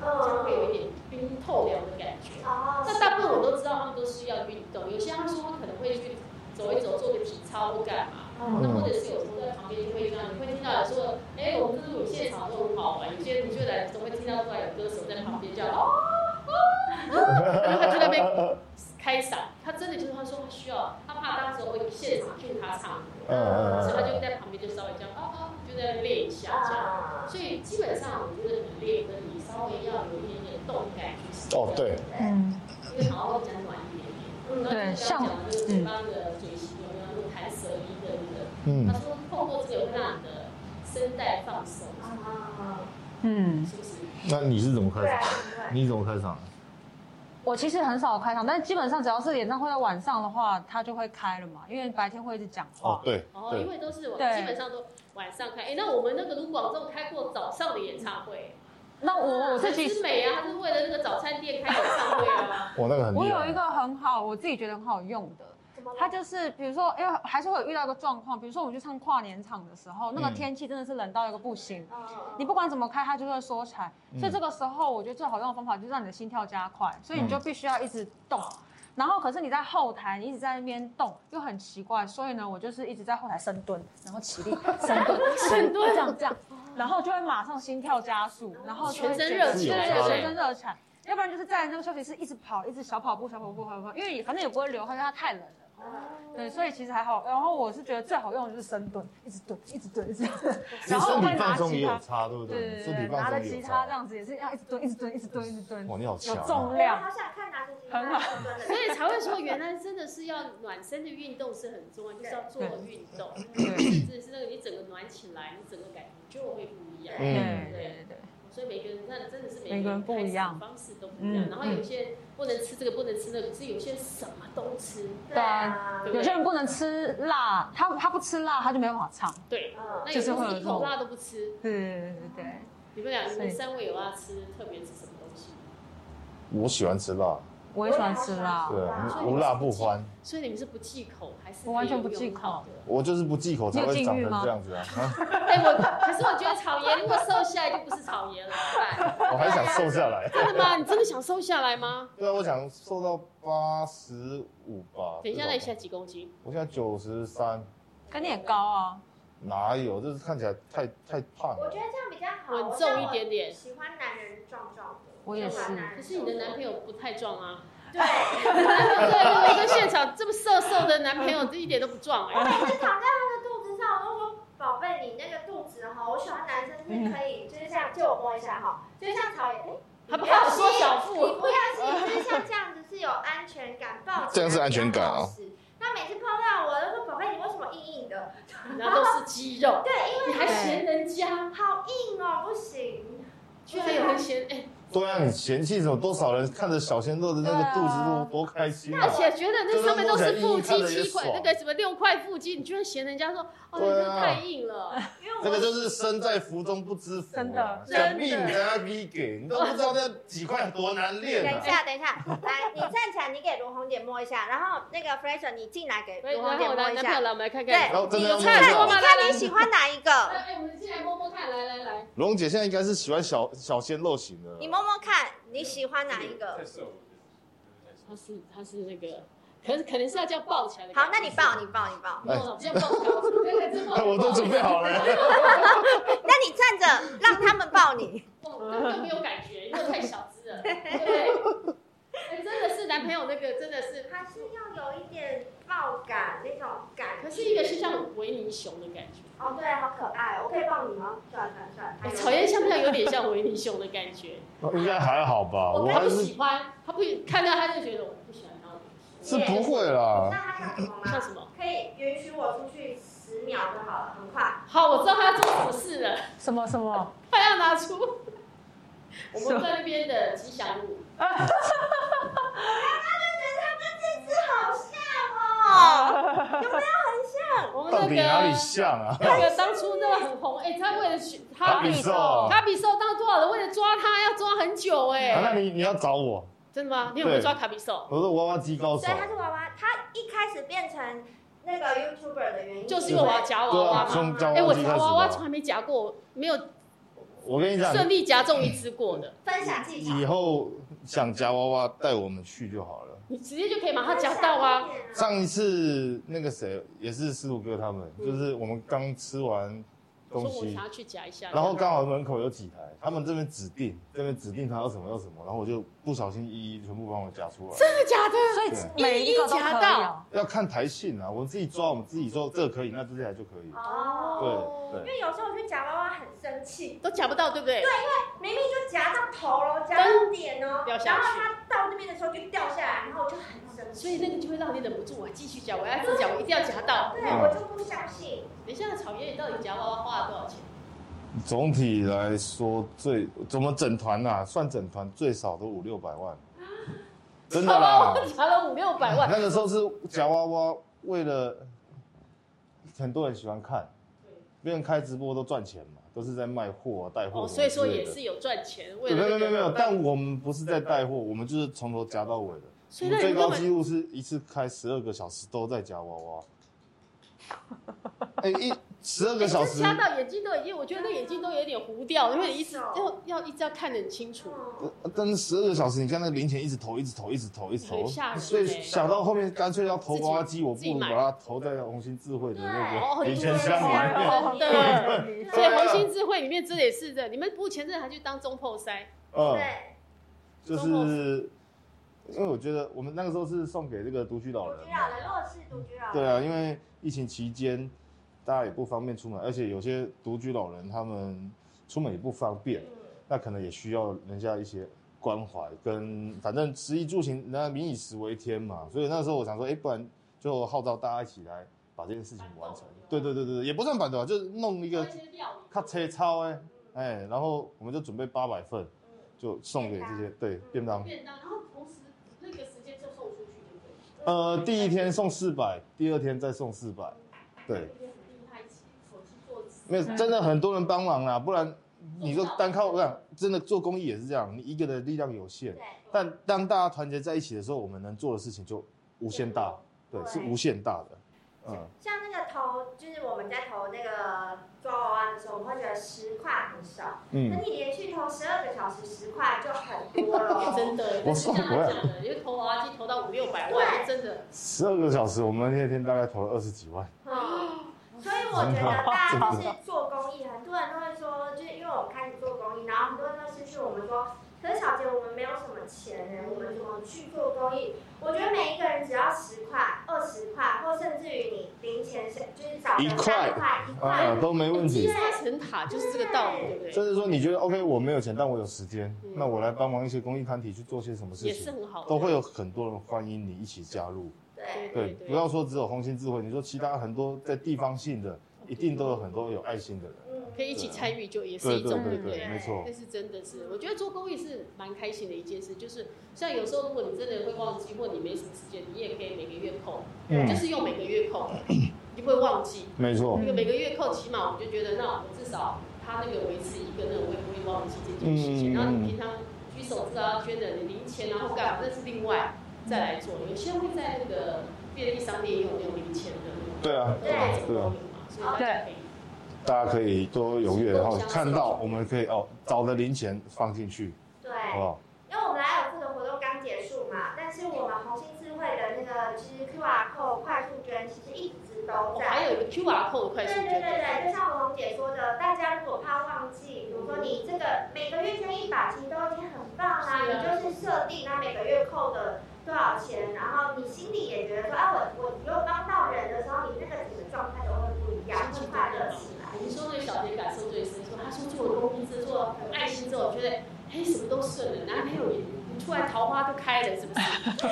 Speaker 1: 就会有一
Speaker 3: 嗯，
Speaker 1: 点冰透凉的感觉。
Speaker 3: 哦，
Speaker 1: 那大部分我都知道他们都需要运动，有些他们说他可能会去走一走，做个体操或干嘛。那
Speaker 3: 嗯
Speaker 1: 或者是有时候在旁边就会这样，你会听到有时候，哎、我们这种现场都很好玩，有些你就来总会听到出来有歌手在旁边叫哦哦，然后他就在那边开嗓，他真的就是他说他需要，他怕到时候会现场训他唱歌。
Speaker 2: 嗯嗯嗯
Speaker 1: 哦
Speaker 2: 啊
Speaker 1: 跟练一下这样。所以基本上我觉得你练跟你稍微要有一点点动感去使用
Speaker 2: 哦，对，
Speaker 4: 嗯，
Speaker 1: 因为好好比较暖一点点。嗯，
Speaker 4: 对像嗯
Speaker 1: 那个嘴巴的嘴型有没有那个弹舌音的那个？
Speaker 2: 嗯
Speaker 1: 他，说透过这个会让你的声带放松，
Speaker 4: 嗯，
Speaker 1: 是不是？
Speaker 2: 那你是怎么开
Speaker 3: 对啊
Speaker 2: 场？，你怎么开场？
Speaker 4: 我其实很少开场，但是基本上只要是演唱会在晚上的话，它就会开了嘛，因为白天会一直讲
Speaker 2: 哦
Speaker 4: 话，。
Speaker 2: 对
Speaker 1: 哦，因
Speaker 2: 对，
Speaker 1: 为都是晚，
Speaker 4: 对
Speaker 1: 基本上都晚上开。哎，那我们那个卢广仲开过早上的演唱会，
Speaker 4: 那我我自己
Speaker 1: 是美啊，他是为了那个早餐店开演唱会啊。
Speaker 2: 我那个很
Speaker 4: 我
Speaker 2: 厉
Speaker 4: 有一
Speaker 2: 害。
Speaker 4: 个很好，我自己觉得很好用的。
Speaker 3: 怎么了
Speaker 4: 它就是，比如说，因为还是会有遇到一个状况，比如说我们去唱跨年场的时候，那个
Speaker 2: 嗯
Speaker 4: 天气真的是冷到一个不行，
Speaker 3: 嗯嗯
Speaker 4: 你不管怎么开，它就会缩起来。所以这个时候，我觉得最好用的方法就是让你的心跳加快，所以你就必须要一直动。然后，可是你在后台，你一直在那边动，又很奇怪。所以呢，我就是一直在后台深蹲，然后起立，深蹲， 深蹲，这样这样，然后就会马上心跳加速，然后就
Speaker 1: 全
Speaker 4: 会
Speaker 1: 身
Speaker 4: 觉
Speaker 1: 热
Speaker 4: 得
Speaker 1: 起
Speaker 2: 来
Speaker 4: 对
Speaker 2: 对
Speaker 4: 对，全身热起来。要不然就是在那个休息室一直跑，一直小跑步、小跑步、小跑步，因为也反正也不会流汗，因为它太冷了。对，所以其实还好。然后我是觉得最好用的就是深蹲，一直蹲，一直蹲，一直蹲。
Speaker 2: 其
Speaker 4: 然
Speaker 2: 实
Speaker 4: 后
Speaker 2: 身
Speaker 4: 我
Speaker 2: 体
Speaker 4: 会拿
Speaker 2: 放松也
Speaker 4: 吉
Speaker 2: 有
Speaker 4: 他，
Speaker 2: 差，对不对？
Speaker 4: 对
Speaker 2: 身体
Speaker 4: 对对，
Speaker 2: 放
Speaker 4: 拿着
Speaker 2: 松也
Speaker 4: 吉
Speaker 2: 有
Speaker 4: 他
Speaker 2: 差啊
Speaker 4: 这。样子也是要一直蹲，一直蹲，一直蹲，一直蹲。
Speaker 2: 哇，你好
Speaker 4: 有
Speaker 2: 强啊！
Speaker 4: 重
Speaker 3: 对我
Speaker 4: 量
Speaker 3: 好，想看拿着吉
Speaker 4: 很好
Speaker 3: 他，
Speaker 1: 所以才会说，原来真的是要暖身的运动是很重要，就是要做运动，甚至是那个你整个暖起来，你整个感觉就会不一样。
Speaker 2: 嗯
Speaker 4: 对对，
Speaker 1: 所以每个人那真的是
Speaker 4: 每
Speaker 1: 个
Speaker 4: 个人不一样
Speaker 1: 开始方式都不一样。
Speaker 4: 嗯
Speaker 1: 然后有些人不能吃这个，不能吃那个，可是有些人什么都吃。
Speaker 3: 对啊，
Speaker 1: 对
Speaker 4: 有些人不能吃辣，他他不吃辣，他就没办法唱。
Speaker 1: 对，
Speaker 3: 嗯
Speaker 1: 那有些
Speaker 4: 就是会有
Speaker 1: 人一
Speaker 4: 这
Speaker 1: 口
Speaker 4: 种
Speaker 1: 辣都不吃。
Speaker 4: 对对对对
Speaker 1: 你们俩，你
Speaker 4: 所以
Speaker 1: 们三位有要吃特别吃什么东西？
Speaker 2: 我喜欢吃辣，
Speaker 4: 我也喜欢吃辣
Speaker 3: 我。
Speaker 2: 对
Speaker 3: 哇
Speaker 2: 啊，无辣不欢。
Speaker 1: 所以你们是不忌口还是
Speaker 4: 我完全不
Speaker 1: 有
Speaker 4: 忌
Speaker 1: 用到的？
Speaker 2: 我就是不忌口才会长成这样子啊！啊
Speaker 1: 哎，我可是我觉得草爷如果瘦下来就不是草爷了，怎 么办
Speaker 2: 我还想瘦下来。
Speaker 1: 真的吗？你真的想瘦下来吗？
Speaker 2: 对啊，我想瘦到八十五吧。
Speaker 1: 等一下，
Speaker 2: 至少
Speaker 1: 那你现在几公斤？
Speaker 2: 我现在九十三，
Speaker 4: 跟你也高啊，
Speaker 2: 哪有？就是看起来太太胖
Speaker 3: 我
Speaker 2: 了
Speaker 3: 觉。得这样比较好，
Speaker 1: 稳
Speaker 3: 我
Speaker 1: 重一点点。
Speaker 3: 喜欢男人壮壮的，
Speaker 4: 我也是
Speaker 3: 喜欢男人
Speaker 1: 可是你的男朋友不太壮 啊，
Speaker 3: 对，
Speaker 1: 对，那我跟现场这么瘦瘦的男朋友，这一点都不壮哎、
Speaker 3: 每次躺在他的肚子上，我都说宝贝，你那个肚子哈，我喜欢男生是可 以，就是这样借我摸一下哈，就像草原，哎，
Speaker 1: 他不好说小
Speaker 3: 你
Speaker 1: 腹，
Speaker 3: 不要吸，就是像这样子是有安全感，抱起
Speaker 2: 这样是安全感啊
Speaker 3: 啊。那每次碰到我都说宝贝，你为什么硬硬的？
Speaker 1: 然后都是肌肉，
Speaker 3: 对，因为
Speaker 1: 你还嫌人家，
Speaker 3: 好硬哦，不行。
Speaker 1: 居然有人嫌哎、
Speaker 2: 对啊，你嫌弃什么？多少人看着小鲜肉的那个肚子多多开心啊
Speaker 1: 哎而！且觉得那上面都是腹肌七块，那个什么六块腹肌，你居然嫌人家说哦，你这个太硬了，
Speaker 3: 哎
Speaker 2: 这个就是身在福中不知福、啊，
Speaker 4: 真的
Speaker 2: 想必你在那逼给，你都不知道那几块多难练
Speaker 3: 等一
Speaker 2: 啊！
Speaker 3: 下，等一下，来，你站起来，你给卢红姐摸一下，然后那个 Fraser 你进来给
Speaker 1: 所以
Speaker 3: 卢红
Speaker 1: 然
Speaker 3: 姐
Speaker 1: 后我
Speaker 3: 摸
Speaker 1: 男
Speaker 3: 一
Speaker 1: 男朋友
Speaker 3: 下。
Speaker 1: 来，我们来看
Speaker 3: 对
Speaker 1: 看，，
Speaker 2: 然后真的要
Speaker 1: 有
Speaker 2: 摸
Speaker 1: 差多
Speaker 2: 一下
Speaker 1: 吗
Speaker 3: 你看你喜欢哪一个？
Speaker 1: 哎，我们进来摸摸看，来来来，
Speaker 2: 龙姐现在应该是喜欢小小鲜肉型的，
Speaker 3: 你摸摸看，你喜欢哪一个？
Speaker 1: 他是他是那个，可是可能是要这样抱起来的，
Speaker 3: 好，那你抱，你抱，你抱。
Speaker 1: 抱，这样抱起来，
Speaker 2: 哎 我都准备好了。
Speaker 3: 那你站着，让他们抱你。
Speaker 1: 根本没有感觉，因为太小只了，对不对？哎真的是男朋友那个真的是，
Speaker 3: 还是要有一点抱感那种感
Speaker 1: 可是一个是像维尼熊的感觉，
Speaker 3: 哦，对，好可爱哦，我可以抱你吗？算算算
Speaker 1: 哎草原像不像有点像维尼熊的感觉？
Speaker 2: 应该还好吧，我
Speaker 1: 他
Speaker 2: 还
Speaker 1: 不
Speaker 2: 是
Speaker 1: 喜欢，他不看到他就觉得我不喜欢他，
Speaker 2: 是不会啦。
Speaker 3: 他像什么
Speaker 1: 像什么？
Speaker 3: 可以允许我出去十秒就好了，很快。
Speaker 1: 好，我知道他要做什么事了，
Speaker 4: 什么什么，
Speaker 1: 他要拿出 我们在那边的吉祥物，
Speaker 3: 这只 好像
Speaker 4: 啊
Speaker 3: 哦，有没有很 像？
Speaker 1: 我们
Speaker 2: 到
Speaker 1: 哦那
Speaker 2: 底哪里
Speaker 1: 个
Speaker 2: 像啊？
Speaker 1: 那个当初那个很红，哎，他为了去哈比
Speaker 2: 兽啊，
Speaker 1: 卡比兽，当多少人为了抓他要抓很久
Speaker 2: 那
Speaker 1: 哎，
Speaker 2: 你你要找我，
Speaker 1: 真的吗？你有没有抓卡比兽？
Speaker 2: 我是娃娃机高手
Speaker 3: 对，。他是娃娃，他一开始变成那个 YouTuber 的原因，
Speaker 1: 就是因为我要夹娃
Speaker 2: 对
Speaker 1: 娃
Speaker 2: 啊，
Speaker 1: 嘛。
Speaker 2: 从夹
Speaker 1: 哎、我
Speaker 2: 娃娃机
Speaker 1: 夹
Speaker 2: 开始
Speaker 1: 娃娃从
Speaker 2: 吧。
Speaker 1: 来没夹过，没有
Speaker 2: 我跟你讲，
Speaker 1: 顺利夹中一只过的，
Speaker 3: 分享技巧，
Speaker 2: 以后想夹娃娃带我们去就好了。
Speaker 1: 你直接就可以马上夹到啊。
Speaker 3: 分享一点啊。
Speaker 1: 嗯
Speaker 2: 上一次那个谁也是师傅哥他们，就是我们刚吃完
Speaker 1: 说
Speaker 2: 东
Speaker 1: 我
Speaker 2: 西
Speaker 1: 想，要去夹一下，
Speaker 2: 然后刚好门口有几台，他们这边指定，这边指定他要什么要什么，然后我就不小心一一全部帮我夹出来。
Speaker 1: 真的假的？
Speaker 4: 所以每一个都可
Speaker 1: 一一夹
Speaker 4: 以
Speaker 1: 到
Speaker 4: 哦。
Speaker 2: 要看台性啊，我们自己抓，我们自己说这个可以，那这台就可以。
Speaker 3: 哦，
Speaker 2: 对对
Speaker 3: 因为有时候我去夹娃娃很生气，
Speaker 1: 都夹不到，对不对？
Speaker 3: 明明就夹到头了，夹到点哦，
Speaker 1: 掉
Speaker 3: 然
Speaker 1: 下
Speaker 3: 后
Speaker 1: 去
Speaker 3: 它到那边的时候就掉下来，然后我就很生
Speaker 1: 所
Speaker 3: 气。
Speaker 1: 以那个就会让你忍不住，我继续夹，我要一直夹，我一定要夹到。
Speaker 3: 对，
Speaker 2: 嗯
Speaker 3: 我就不相信。
Speaker 1: 等一下，草原你到底夹娃娃花了多少钱？
Speaker 2: 总体来说，最怎么整团呐、算整团最少都五六百 万，真的啦
Speaker 1: 娃。娃夹了五六百万，
Speaker 2: 那个时候是夹娃娃，为了很多人喜欢看，别人开直播都赚钱嘛，都是在卖货啊、带货
Speaker 1: 哦，
Speaker 2: 什
Speaker 1: 所
Speaker 2: 么
Speaker 1: 以说
Speaker 2: 之类
Speaker 1: 也
Speaker 2: 的
Speaker 1: 是有赚钱，为
Speaker 2: 对
Speaker 1: 了
Speaker 2: 没
Speaker 1: 那
Speaker 2: 有没
Speaker 1: 个
Speaker 2: 有没有，但我们不是在带货，我们就是从头夹到尾的。
Speaker 1: 所
Speaker 2: 我
Speaker 1: 以那
Speaker 2: 们
Speaker 1: 你
Speaker 2: 最
Speaker 1: 根
Speaker 2: 高纪
Speaker 1: 本
Speaker 2: 录是一次开十二个小时都在夹娃 娃。哎、一十二个小时，
Speaker 1: 掐哎到眼睛都已经，我觉得那眼睛都有点糊掉，因为你一直要要一直要看得很清楚。
Speaker 3: 嗯
Speaker 2: 但是十二个小时，你看那个零钱一直投，一直投，一直投，一直
Speaker 1: 很
Speaker 2: 投，
Speaker 1: 吓人
Speaker 2: 所以
Speaker 1: 欸
Speaker 2: 想到后面干脆要投
Speaker 1: 自己
Speaker 2: 娃娃机，我
Speaker 1: 自己
Speaker 2: 不如
Speaker 1: 买
Speaker 2: 把它投在红星智慧的那
Speaker 1: 哦
Speaker 2: 个零钱
Speaker 3: 对
Speaker 2: 箱里面。
Speaker 1: 好的所
Speaker 2: 对
Speaker 1: 以
Speaker 2: 啊
Speaker 1: 红星智慧里面这也是的，你们不前阵还去当中破塞，
Speaker 2: 嗯，
Speaker 3: 对，
Speaker 2: 就是因为我觉得我们那个时候是送给这个独居老
Speaker 3: 独
Speaker 2: 人嘛，
Speaker 3: 居老人，弱势独居老人。
Speaker 2: 对啊，因为疫情期间大家也不方便出门，而且有些独居老人他们出门也不方便，
Speaker 3: 嗯
Speaker 2: 那可能也需要人家一些关怀跟，反正食衣住行，那民以食为天嘛，所以那时候我想说，哎、不然就号召大家一起来把这件事情完成。哦对对对对对，也不算板凳啊，就是弄一个咔车超哎哎，然后我们就准备八百份，
Speaker 3: 嗯
Speaker 2: 就送给这些对啊便当。
Speaker 1: 便当，然后同时那个时间就送出去，对不对？
Speaker 2: 呃，第一天送四百，第二天再送四百，对。没有，真的很多人帮忙啦，啊不然你说单靠我想，真的做公益也是这样，你一个人力量有限，
Speaker 3: 对，
Speaker 2: 但当大家团结在一起的时候，我们能做的事情就无限大，对，是无限大的。嗯，
Speaker 3: 像那个投，就是我们在投那个抓娃娃的时候，我们会觉得十块很少，那
Speaker 2: 嗯，
Speaker 3: 你连续投十二个小时，十块就很多 了。
Speaker 1: 哎真的，
Speaker 2: 我送
Speaker 1: 像
Speaker 2: 回
Speaker 1: 他
Speaker 2: 来
Speaker 1: 讲的，因为投娃娃机投到五六百万，真的。
Speaker 2: 十二个小时，我们那天大概投了二十几万。
Speaker 3: 嗯，所以我觉得大家就是做公益，很多人都会说，就是因为我们开始做公益，然后很多人都私讯我们说，可是小杰我们没有什么钱呢，我们怎么去做公益？我觉得每一个人只要十块、二十块，或甚至于你零钱是就是找个
Speaker 2: 一
Speaker 3: 三
Speaker 2: 块
Speaker 3: 块、一块
Speaker 2: 啊，，都没问
Speaker 1: 积
Speaker 2: 题。
Speaker 1: 沙成塔就是这个道理，对不对？
Speaker 2: 甚至说你觉得 OK，我没有钱，但我有时间，那我来帮忙一些公益团体去做些什么
Speaker 1: 嗯
Speaker 2: 事
Speaker 1: 也是
Speaker 2: 情，
Speaker 1: 很好的，
Speaker 2: 都会有很多人欢迎你一起加入。
Speaker 1: 对
Speaker 3: 对，
Speaker 2: 对，
Speaker 1: 对
Speaker 2: 不要说只有红星智慧，你说其他很多在地方性的，一定都有很多有爱心的人。
Speaker 3: 嗯，
Speaker 1: 可以一起参与，就也是
Speaker 2: 对
Speaker 1: 一
Speaker 2: 对
Speaker 1: 种，
Speaker 2: 对
Speaker 1: 不对
Speaker 2: 对，？没错
Speaker 1: 但。是真的是，我觉得做公益是蛮开心的一件事，就是像有时候如果你真的会忘记，或你没什么时间，你也可以每个月扣，
Speaker 2: 嗯
Speaker 1: 就是用每个月 扣，你会忘记。
Speaker 2: 没错
Speaker 1: 那，个每个月扣，起码我们就觉得，那我们至少他那个维持一个，那我也不会忘记这件事情。
Speaker 2: 嗯
Speaker 1: 然后你平常举手至少要捐的，你零钱然后干嘛，那是另外再来做。有些会在那个便利商店也有那种零钱的那种，
Speaker 2: 对啊，
Speaker 3: 对
Speaker 1: 那种都
Speaker 2: 对
Speaker 1: 有
Speaker 2: 啊，
Speaker 1: 嘛，所以大家可以。
Speaker 2: 大家可以多踊跃，然后
Speaker 1: 行动相
Speaker 2: 看到
Speaker 1: 助
Speaker 2: 我们可以哦，找的零钱放进去，
Speaker 3: 对。
Speaker 2: 好不好？
Speaker 3: 因为我们莱尔富的活动刚结束嘛，但是我们红星智慧的那个其实 QR code 快速捐其实一直都
Speaker 1: 哦我
Speaker 3: 在。
Speaker 1: 还有一个 QR code 的快
Speaker 3: 对
Speaker 1: 速
Speaker 3: 对对
Speaker 1: 捐赠。
Speaker 3: 对，就像红姐说的，大家如果怕忘记，比如说你这个每个月捐一百，其实都已经很棒啦。
Speaker 1: 是啊
Speaker 3: 你就是设定那每个月扣的多少钱，然后你心里也觉得说，哎、我我有帮到人的时候，你那个整个状态都会不一样，会快乐起来。
Speaker 1: 我们说那个小姐感受最深，说她说做了公益之后，做了爱心之后，我觉得哎什么都顺了，男朋友也你突然桃花都开了，是不是？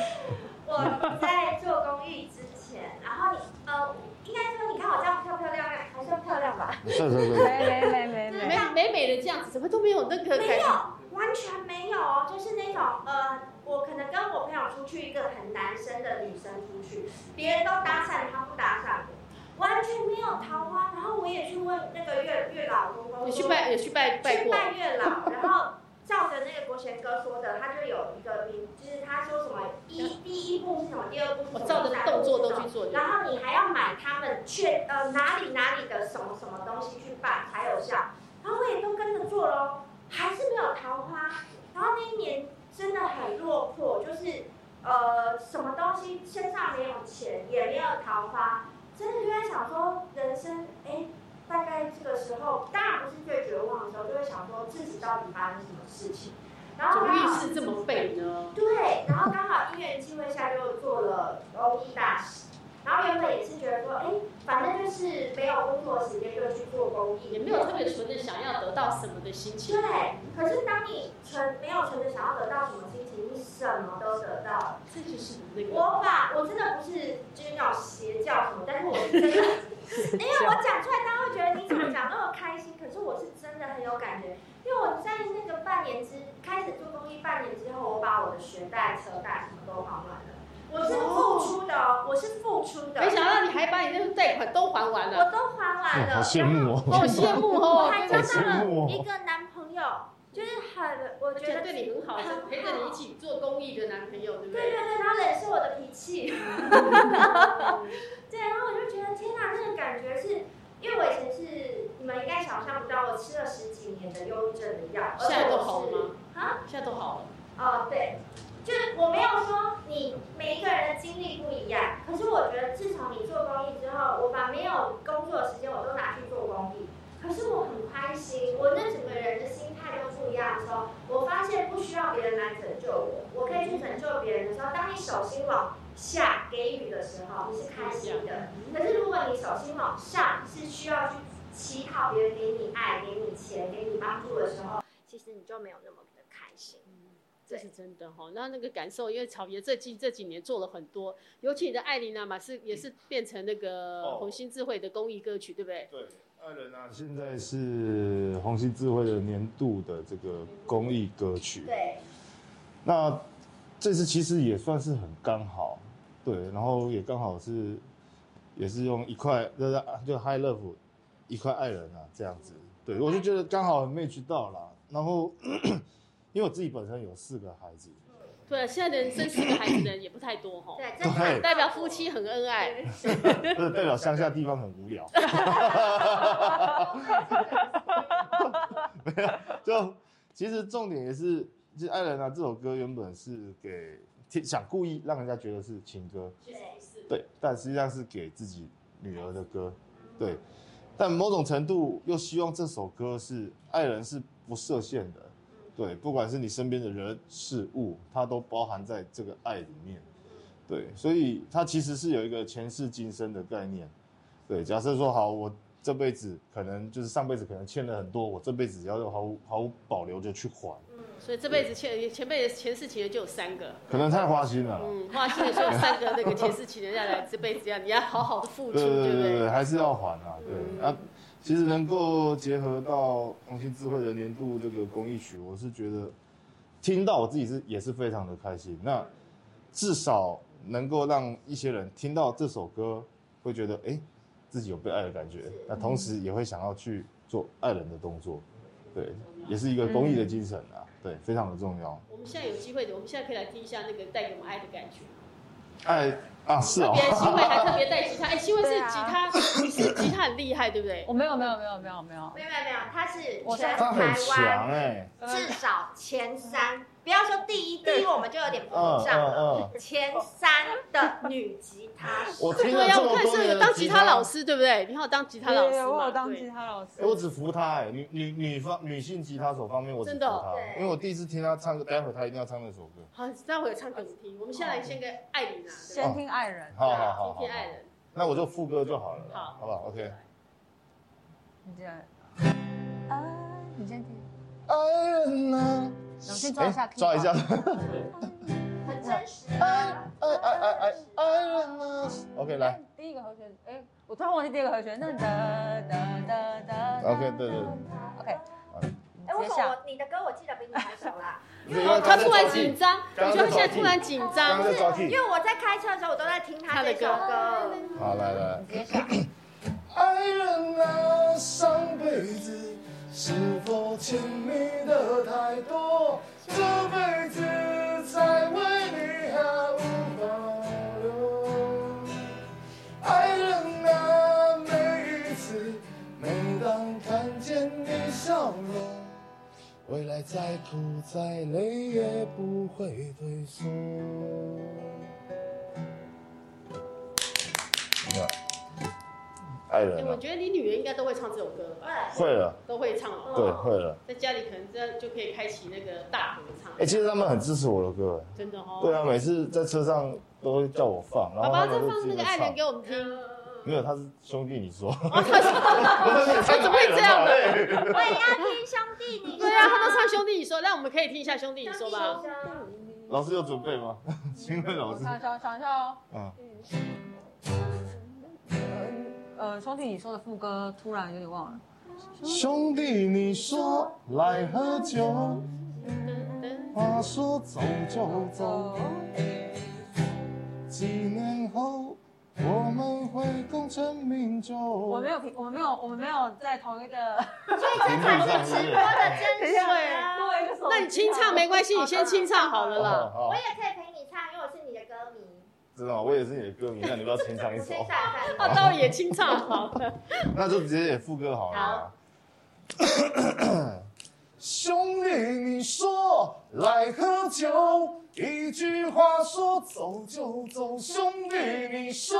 Speaker 3: 我在做公益之前，然后你呃，应该说你看我这样漂漂亮亮，还算漂 亮吧？
Speaker 2: 对对对，
Speaker 4: 没没没没没，
Speaker 1: 美美美的这样子，怎么都没有那个
Speaker 3: 没
Speaker 1: 感
Speaker 3: 有
Speaker 1: 觉。，
Speaker 3: 完全没有哦，就是那种呃，我可能跟我朋友出去，一个很男生的女生出去，别人都搭讪她不搭讪我，完全没有桃花。然后我也去问那个月月老公公，
Speaker 1: 你去拜，也去拜拜
Speaker 3: 去
Speaker 1: 过，
Speaker 3: 拜月老，然后照着那个国贤哥说的，他就有一个名，就是他说什么一第一步是什么，第二步是
Speaker 1: 我
Speaker 3: 什么，
Speaker 1: 照着动作都去做。
Speaker 3: 然后你还要买他们确呃哪里哪里的什么什么东西去办才有效。然后我也都跟着做咯，还是没有桃花。然后那一年真的很落魄，就是呃什么东西身上没有钱，也没有桃花，真的就在想说人生哎大概这个时候，当然不是最绝望的时候，就会想说自己到底发生什么事情。然后
Speaker 1: 怎么
Speaker 3: 刚
Speaker 1: 遇
Speaker 3: 好
Speaker 1: 事这么背呢？
Speaker 3: 对，然后刚好因缘机会下就做了公益大使。然后原本也是觉得说，哎，反正就是没有工作时间就去做公益，
Speaker 1: 也没有特别纯的想要得到什么的心情。
Speaker 3: 对，可是当你存没有存着想要得到什么心情，你什么都得到了。
Speaker 1: 这就是那个
Speaker 3: 我把我真的不是就是那种邪教什么，但是我是真的，因为我讲出来，大家会觉得你怎么讲那么开心，可是我是真的很有感觉，因为我在那个半年之开始做公益半年之后，我把我的学贷、车贷什么都还完了，我是付出的哦，我是付出的，
Speaker 1: 没想到你还把你那个贷款都还完了，
Speaker 3: 我都还
Speaker 2: 哦
Speaker 3: 完了，
Speaker 2: 好羡慕
Speaker 3: 然后
Speaker 2: 哦，
Speaker 1: 好羡慕哦
Speaker 3: 我！还交
Speaker 1: 真的
Speaker 2: 真的
Speaker 3: 到
Speaker 2: 好羡慕
Speaker 3: 了
Speaker 2: 哦
Speaker 3: 一个男朋友，就是很我
Speaker 1: 而
Speaker 3: 觉
Speaker 1: 且
Speaker 3: 得
Speaker 1: 对你很好，陪着你一起做公益的男朋友，对不
Speaker 3: 对对
Speaker 1: 对？
Speaker 3: 对，他忍受我的脾 气。对，然后我就觉得天哪，那个感觉是，因为我以前是你们应该想象不到，我吃了十几年的忧郁症的药，而
Speaker 1: 现
Speaker 3: 且
Speaker 1: 在都好
Speaker 3: 我
Speaker 1: 了
Speaker 3: 是
Speaker 1: 吗？
Speaker 3: 啊，
Speaker 1: 现在都好了。
Speaker 3: 哦对，就是我没有说你每一个人的经历不一样，可是我觉得自从你做公益之后，我把没有工作的时间我都拿去做公益，可是我很开心，我那整个人的心态都不一样的时候，我发现不需要别人来拯救我，我可以去拯救别人的时候，当你手心往下给予的时候，你是开心的。可是如果你手心往上是需要去乞讨别人给你爱、给你钱、给你帮助的时候，其实你就没有那么的开心。
Speaker 1: 这是真的哈、那那个感受，因为草爷这近这几年做了很多，尤其你的艾琳娜嘛，是也是变成那个
Speaker 5: 哦
Speaker 1: 红星智慧的公益歌曲，对不对？
Speaker 5: 对，爱人啊，
Speaker 2: 现在是红星智慧的年度的这个公益歌曲。
Speaker 3: 对，
Speaker 2: 那这次其实也算是很刚好，对，然后也刚好是也是用一块就是就 High Love 一块爱人啊这样子，对我就觉得刚好很 match 到啦。然后因为我自己本身有四个孩子，
Speaker 1: 对，啊现在的人生四个孩子的人也不太多哈、
Speaker 3: 对，
Speaker 2: 对
Speaker 3: 真的
Speaker 1: 代表夫妻很恩爱。
Speaker 2: 这代表乡下地方很无聊，就其实重点也是，就是爱人啊这首歌原本是给想故意让人家觉得是情歌，
Speaker 3: 对，
Speaker 2: 对，但实际上是给自己女儿的歌，对。但某种程度又希望这首歌是爱人是不设限的，对，不管是你身边的人事物，它都包含在这个爱里面，对，所以它其实是有一个前世今生的概念，对。假设说好，我这辈子可能就是上辈子可能欠了很多，我这辈子要用毫无毫无保留就去还，
Speaker 3: 嗯，
Speaker 1: 所以这辈子前前辈子前世情人就有三个，
Speaker 2: 可能太花心了啦。
Speaker 1: 嗯，花心的时候三个那个前世情人要来这辈子要你要好好的付出，
Speaker 2: 对对
Speaker 1: 对不
Speaker 2: 对
Speaker 1: 对？
Speaker 2: 还是要还啊。
Speaker 1: 嗯
Speaker 2: 对啊，其实能够结合到红星智慧的年度这个公益曲，我是觉得听到我自己是也是非常的开心。那至少能够让一些人听到这首歌，会觉得哎、诶自己有被爱的感觉
Speaker 3: 是，
Speaker 2: 那同时也会想要去做爱人的动作，
Speaker 1: 嗯
Speaker 2: 对，也是一个公益的精神啊，对，非常的重要。
Speaker 1: 我们现在有机会的，我们现在可以来听一下那个带给我们爱的感觉。
Speaker 2: 爱啊，是
Speaker 1: 特
Speaker 2: 哦
Speaker 1: 别，新慧还特别带吉 他，哎、新慧是
Speaker 4: 对
Speaker 1: 吉
Speaker 4: 啊
Speaker 1: 他， 你是吉他很厉害，对不对？
Speaker 4: 我没有没有没有没有
Speaker 3: 没
Speaker 4: 没有，
Speaker 3: 有没有没有，他是
Speaker 4: 我
Speaker 3: 全
Speaker 2: 他很
Speaker 3: 台
Speaker 2: 强
Speaker 3: 湾
Speaker 2: 哎、
Speaker 3: 至少前三，不要说第一，第一我们就有点膨
Speaker 2: 嗯
Speaker 3: 胀
Speaker 1: 啊
Speaker 2: 嗯
Speaker 3: 了。
Speaker 2: 嗯，
Speaker 3: 前三的女吉他手，
Speaker 2: 我听了
Speaker 1: 对呀、啊
Speaker 2: 这
Speaker 1: 我
Speaker 2: 么
Speaker 1: 看
Speaker 2: 多
Speaker 1: 是
Speaker 2: 年
Speaker 1: 有
Speaker 2: 的
Speaker 1: 当吉他老师，对不对？你好，当吉他老师
Speaker 4: 对我
Speaker 1: 嘛，
Speaker 4: 有当
Speaker 1: 对
Speaker 4: 吉他老师
Speaker 2: 欸、，我只服她哎、女女女方女性吉他手方面我只服
Speaker 1: 真的哦
Speaker 2: 她，
Speaker 3: 对
Speaker 2: 因为我第一次听她唱歌，待会她一定要唱那首歌。
Speaker 1: 好，待会儿唱给你听。我们先来先跟艾琳啊，对
Speaker 2: 哦
Speaker 1: 吧
Speaker 4: 先听爱人，
Speaker 2: 好好好好
Speaker 1: 听听爱人，
Speaker 2: 那我就副歌就好了啦，
Speaker 1: 好
Speaker 2: 好不好？OK。
Speaker 4: 你先，
Speaker 2: 哎
Speaker 4: 啊，你先听，
Speaker 2: 爱人啊，
Speaker 4: 我们先抓一下
Speaker 2: 欸
Speaker 4: key 吧
Speaker 2: 抓一下，
Speaker 3: 很真实
Speaker 2: 爱
Speaker 3: 啊，
Speaker 2: 爱爱爱爱爱人啊，OK 来
Speaker 4: 哎，第一个和弦，哎，我突然忘记第二个和弦，那哒哒哒哒哒
Speaker 2: ，OK 对对对，
Speaker 4: ，OK，
Speaker 3: 哎，
Speaker 4: 你
Speaker 3: 为什
Speaker 4: 直接
Speaker 3: 么
Speaker 4: 下，
Speaker 3: 我你的歌我记得比你还熟啦？
Speaker 2: 不是因
Speaker 1: 哦
Speaker 2: 为，
Speaker 1: 他
Speaker 2: 在
Speaker 1: 突然
Speaker 2: 抓地
Speaker 1: 紧张，
Speaker 2: 刚
Speaker 1: 我觉
Speaker 2: 刚
Speaker 1: 得他
Speaker 2: 在
Speaker 1: 现在
Speaker 2: 找
Speaker 1: 突然紧
Speaker 2: 刚刚
Speaker 1: 张哎
Speaker 2: 在，抓
Speaker 3: 因
Speaker 2: 地，
Speaker 3: 为我在开车的时候，我都在听他这首歌。
Speaker 2: 好来来。来
Speaker 4: 你直接下，
Speaker 2: 爱人啊，上辈子是否欠你的太多？这辈子再为你毫无保留。爱人啊，每一次，每当看见你笑容，未来再苦再累也不会退缩。爱
Speaker 1: 哎、
Speaker 2: 人
Speaker 1: 我
Speaker 2: 了，
Speaker 1: 觉得你女儿应该都会唱这首歌吧，
Speaker 3: 对，
Speaker 2: 会了，
Speaker 1: 都会唱哦。
Speaker 2: 对，会了。
Speaker 1: 在家里可能这样就可以开启那个大合唱。
Speaker 2: 哎、其实他们很支持我的歌，
Speaker 1: 真的哦。
Speaker 2: 对啊，每次在车上都会叫我放，然
Speaker 1: 爸
Speaker 2: 后
Speaker 1: 爸
Speaker 2: 他
Speaker 1: 再
Speaker 2: 们
Speaker 1: 放
Speaker 2: 就
Speaker 1: 那
Speaker 2: 自
Speaker 1: 个
Speaker 2: 己
Speaker 1: 爱人
Speaker 2: 唱
Speaker 1: 给。我们
Speaker 4: 呃
Speaker 1: 听。
Speaker 2: 没有，他是兄弟，你说，
Speaker 1: 他怎么会这样的？
Speaker 5: 的？
Speaker 3: 我也要听兄弟你。
Speaker 1: 对啊，他都唱兄弟你说，那我们可以听一下兄弟你说吧。
Speaker 2: 老师有准备吗？请问老
Speaker 4: 我
Speaker 2: 师，
Speaker 4: 想想想一下哦。
Speaker 2: 嗯，
Speaker 4: 呃，兄弟，你说的副歌突然有点忘了。
Speaker 2: 兄弟，你说来喝酒，话说走就走，几年后我们会功成名就。
Speaker 4: 我
Speaker 2: 我
Speaker 4: 没有平，我们没有，我们没有在同一个。
Speaker 3: 所以这才是直播的真实啊！
Speaker 4: 对
Speaker 1: 那你清唱没关系，你先清唱好了啦。
Speaker 2: 好
Speaker 3: 我也可以陪你唱，因为我是你的歌迷。
Speaker 2: 知道，我也是你的歌迷，那你不要清唱一
Speaker 3: 我
Speaker 2: 首
Speaker 3: 先，下一
Speaker 1: 啊，道理也清唱好了。
Speaker 2: 那就直接演副歌好了啊。 兄弟，你说来喝酒，一句话说走就走。兄弟，你说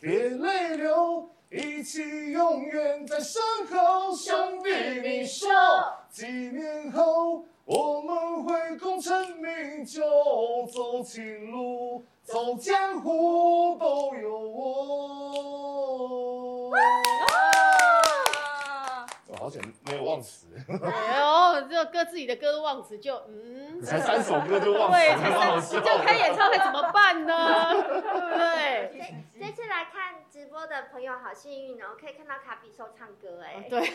Speaker 2: 别泪流，一起永远在身后。兄弟，你说几年后我们会功成名就，走情路，走江湖，都有我。我好险没有忘 词，
Speaker 1: 哎呦，这歌自己的歌都忘词就嗯，
Speaker 2: 才三首歌就忘词，
Speaker 1: 对，才
Speaker 2: 蛮好
Speaker 1: 三就
Speaker 2: 笑的
Speaker 1: 开演唱会怎么办呢？对不对？
Speaker 3: 这这次来看直播的朋友好幸运哦，可以看到卡比兽唱歌哎。
Speaker 1: 哦对。哎，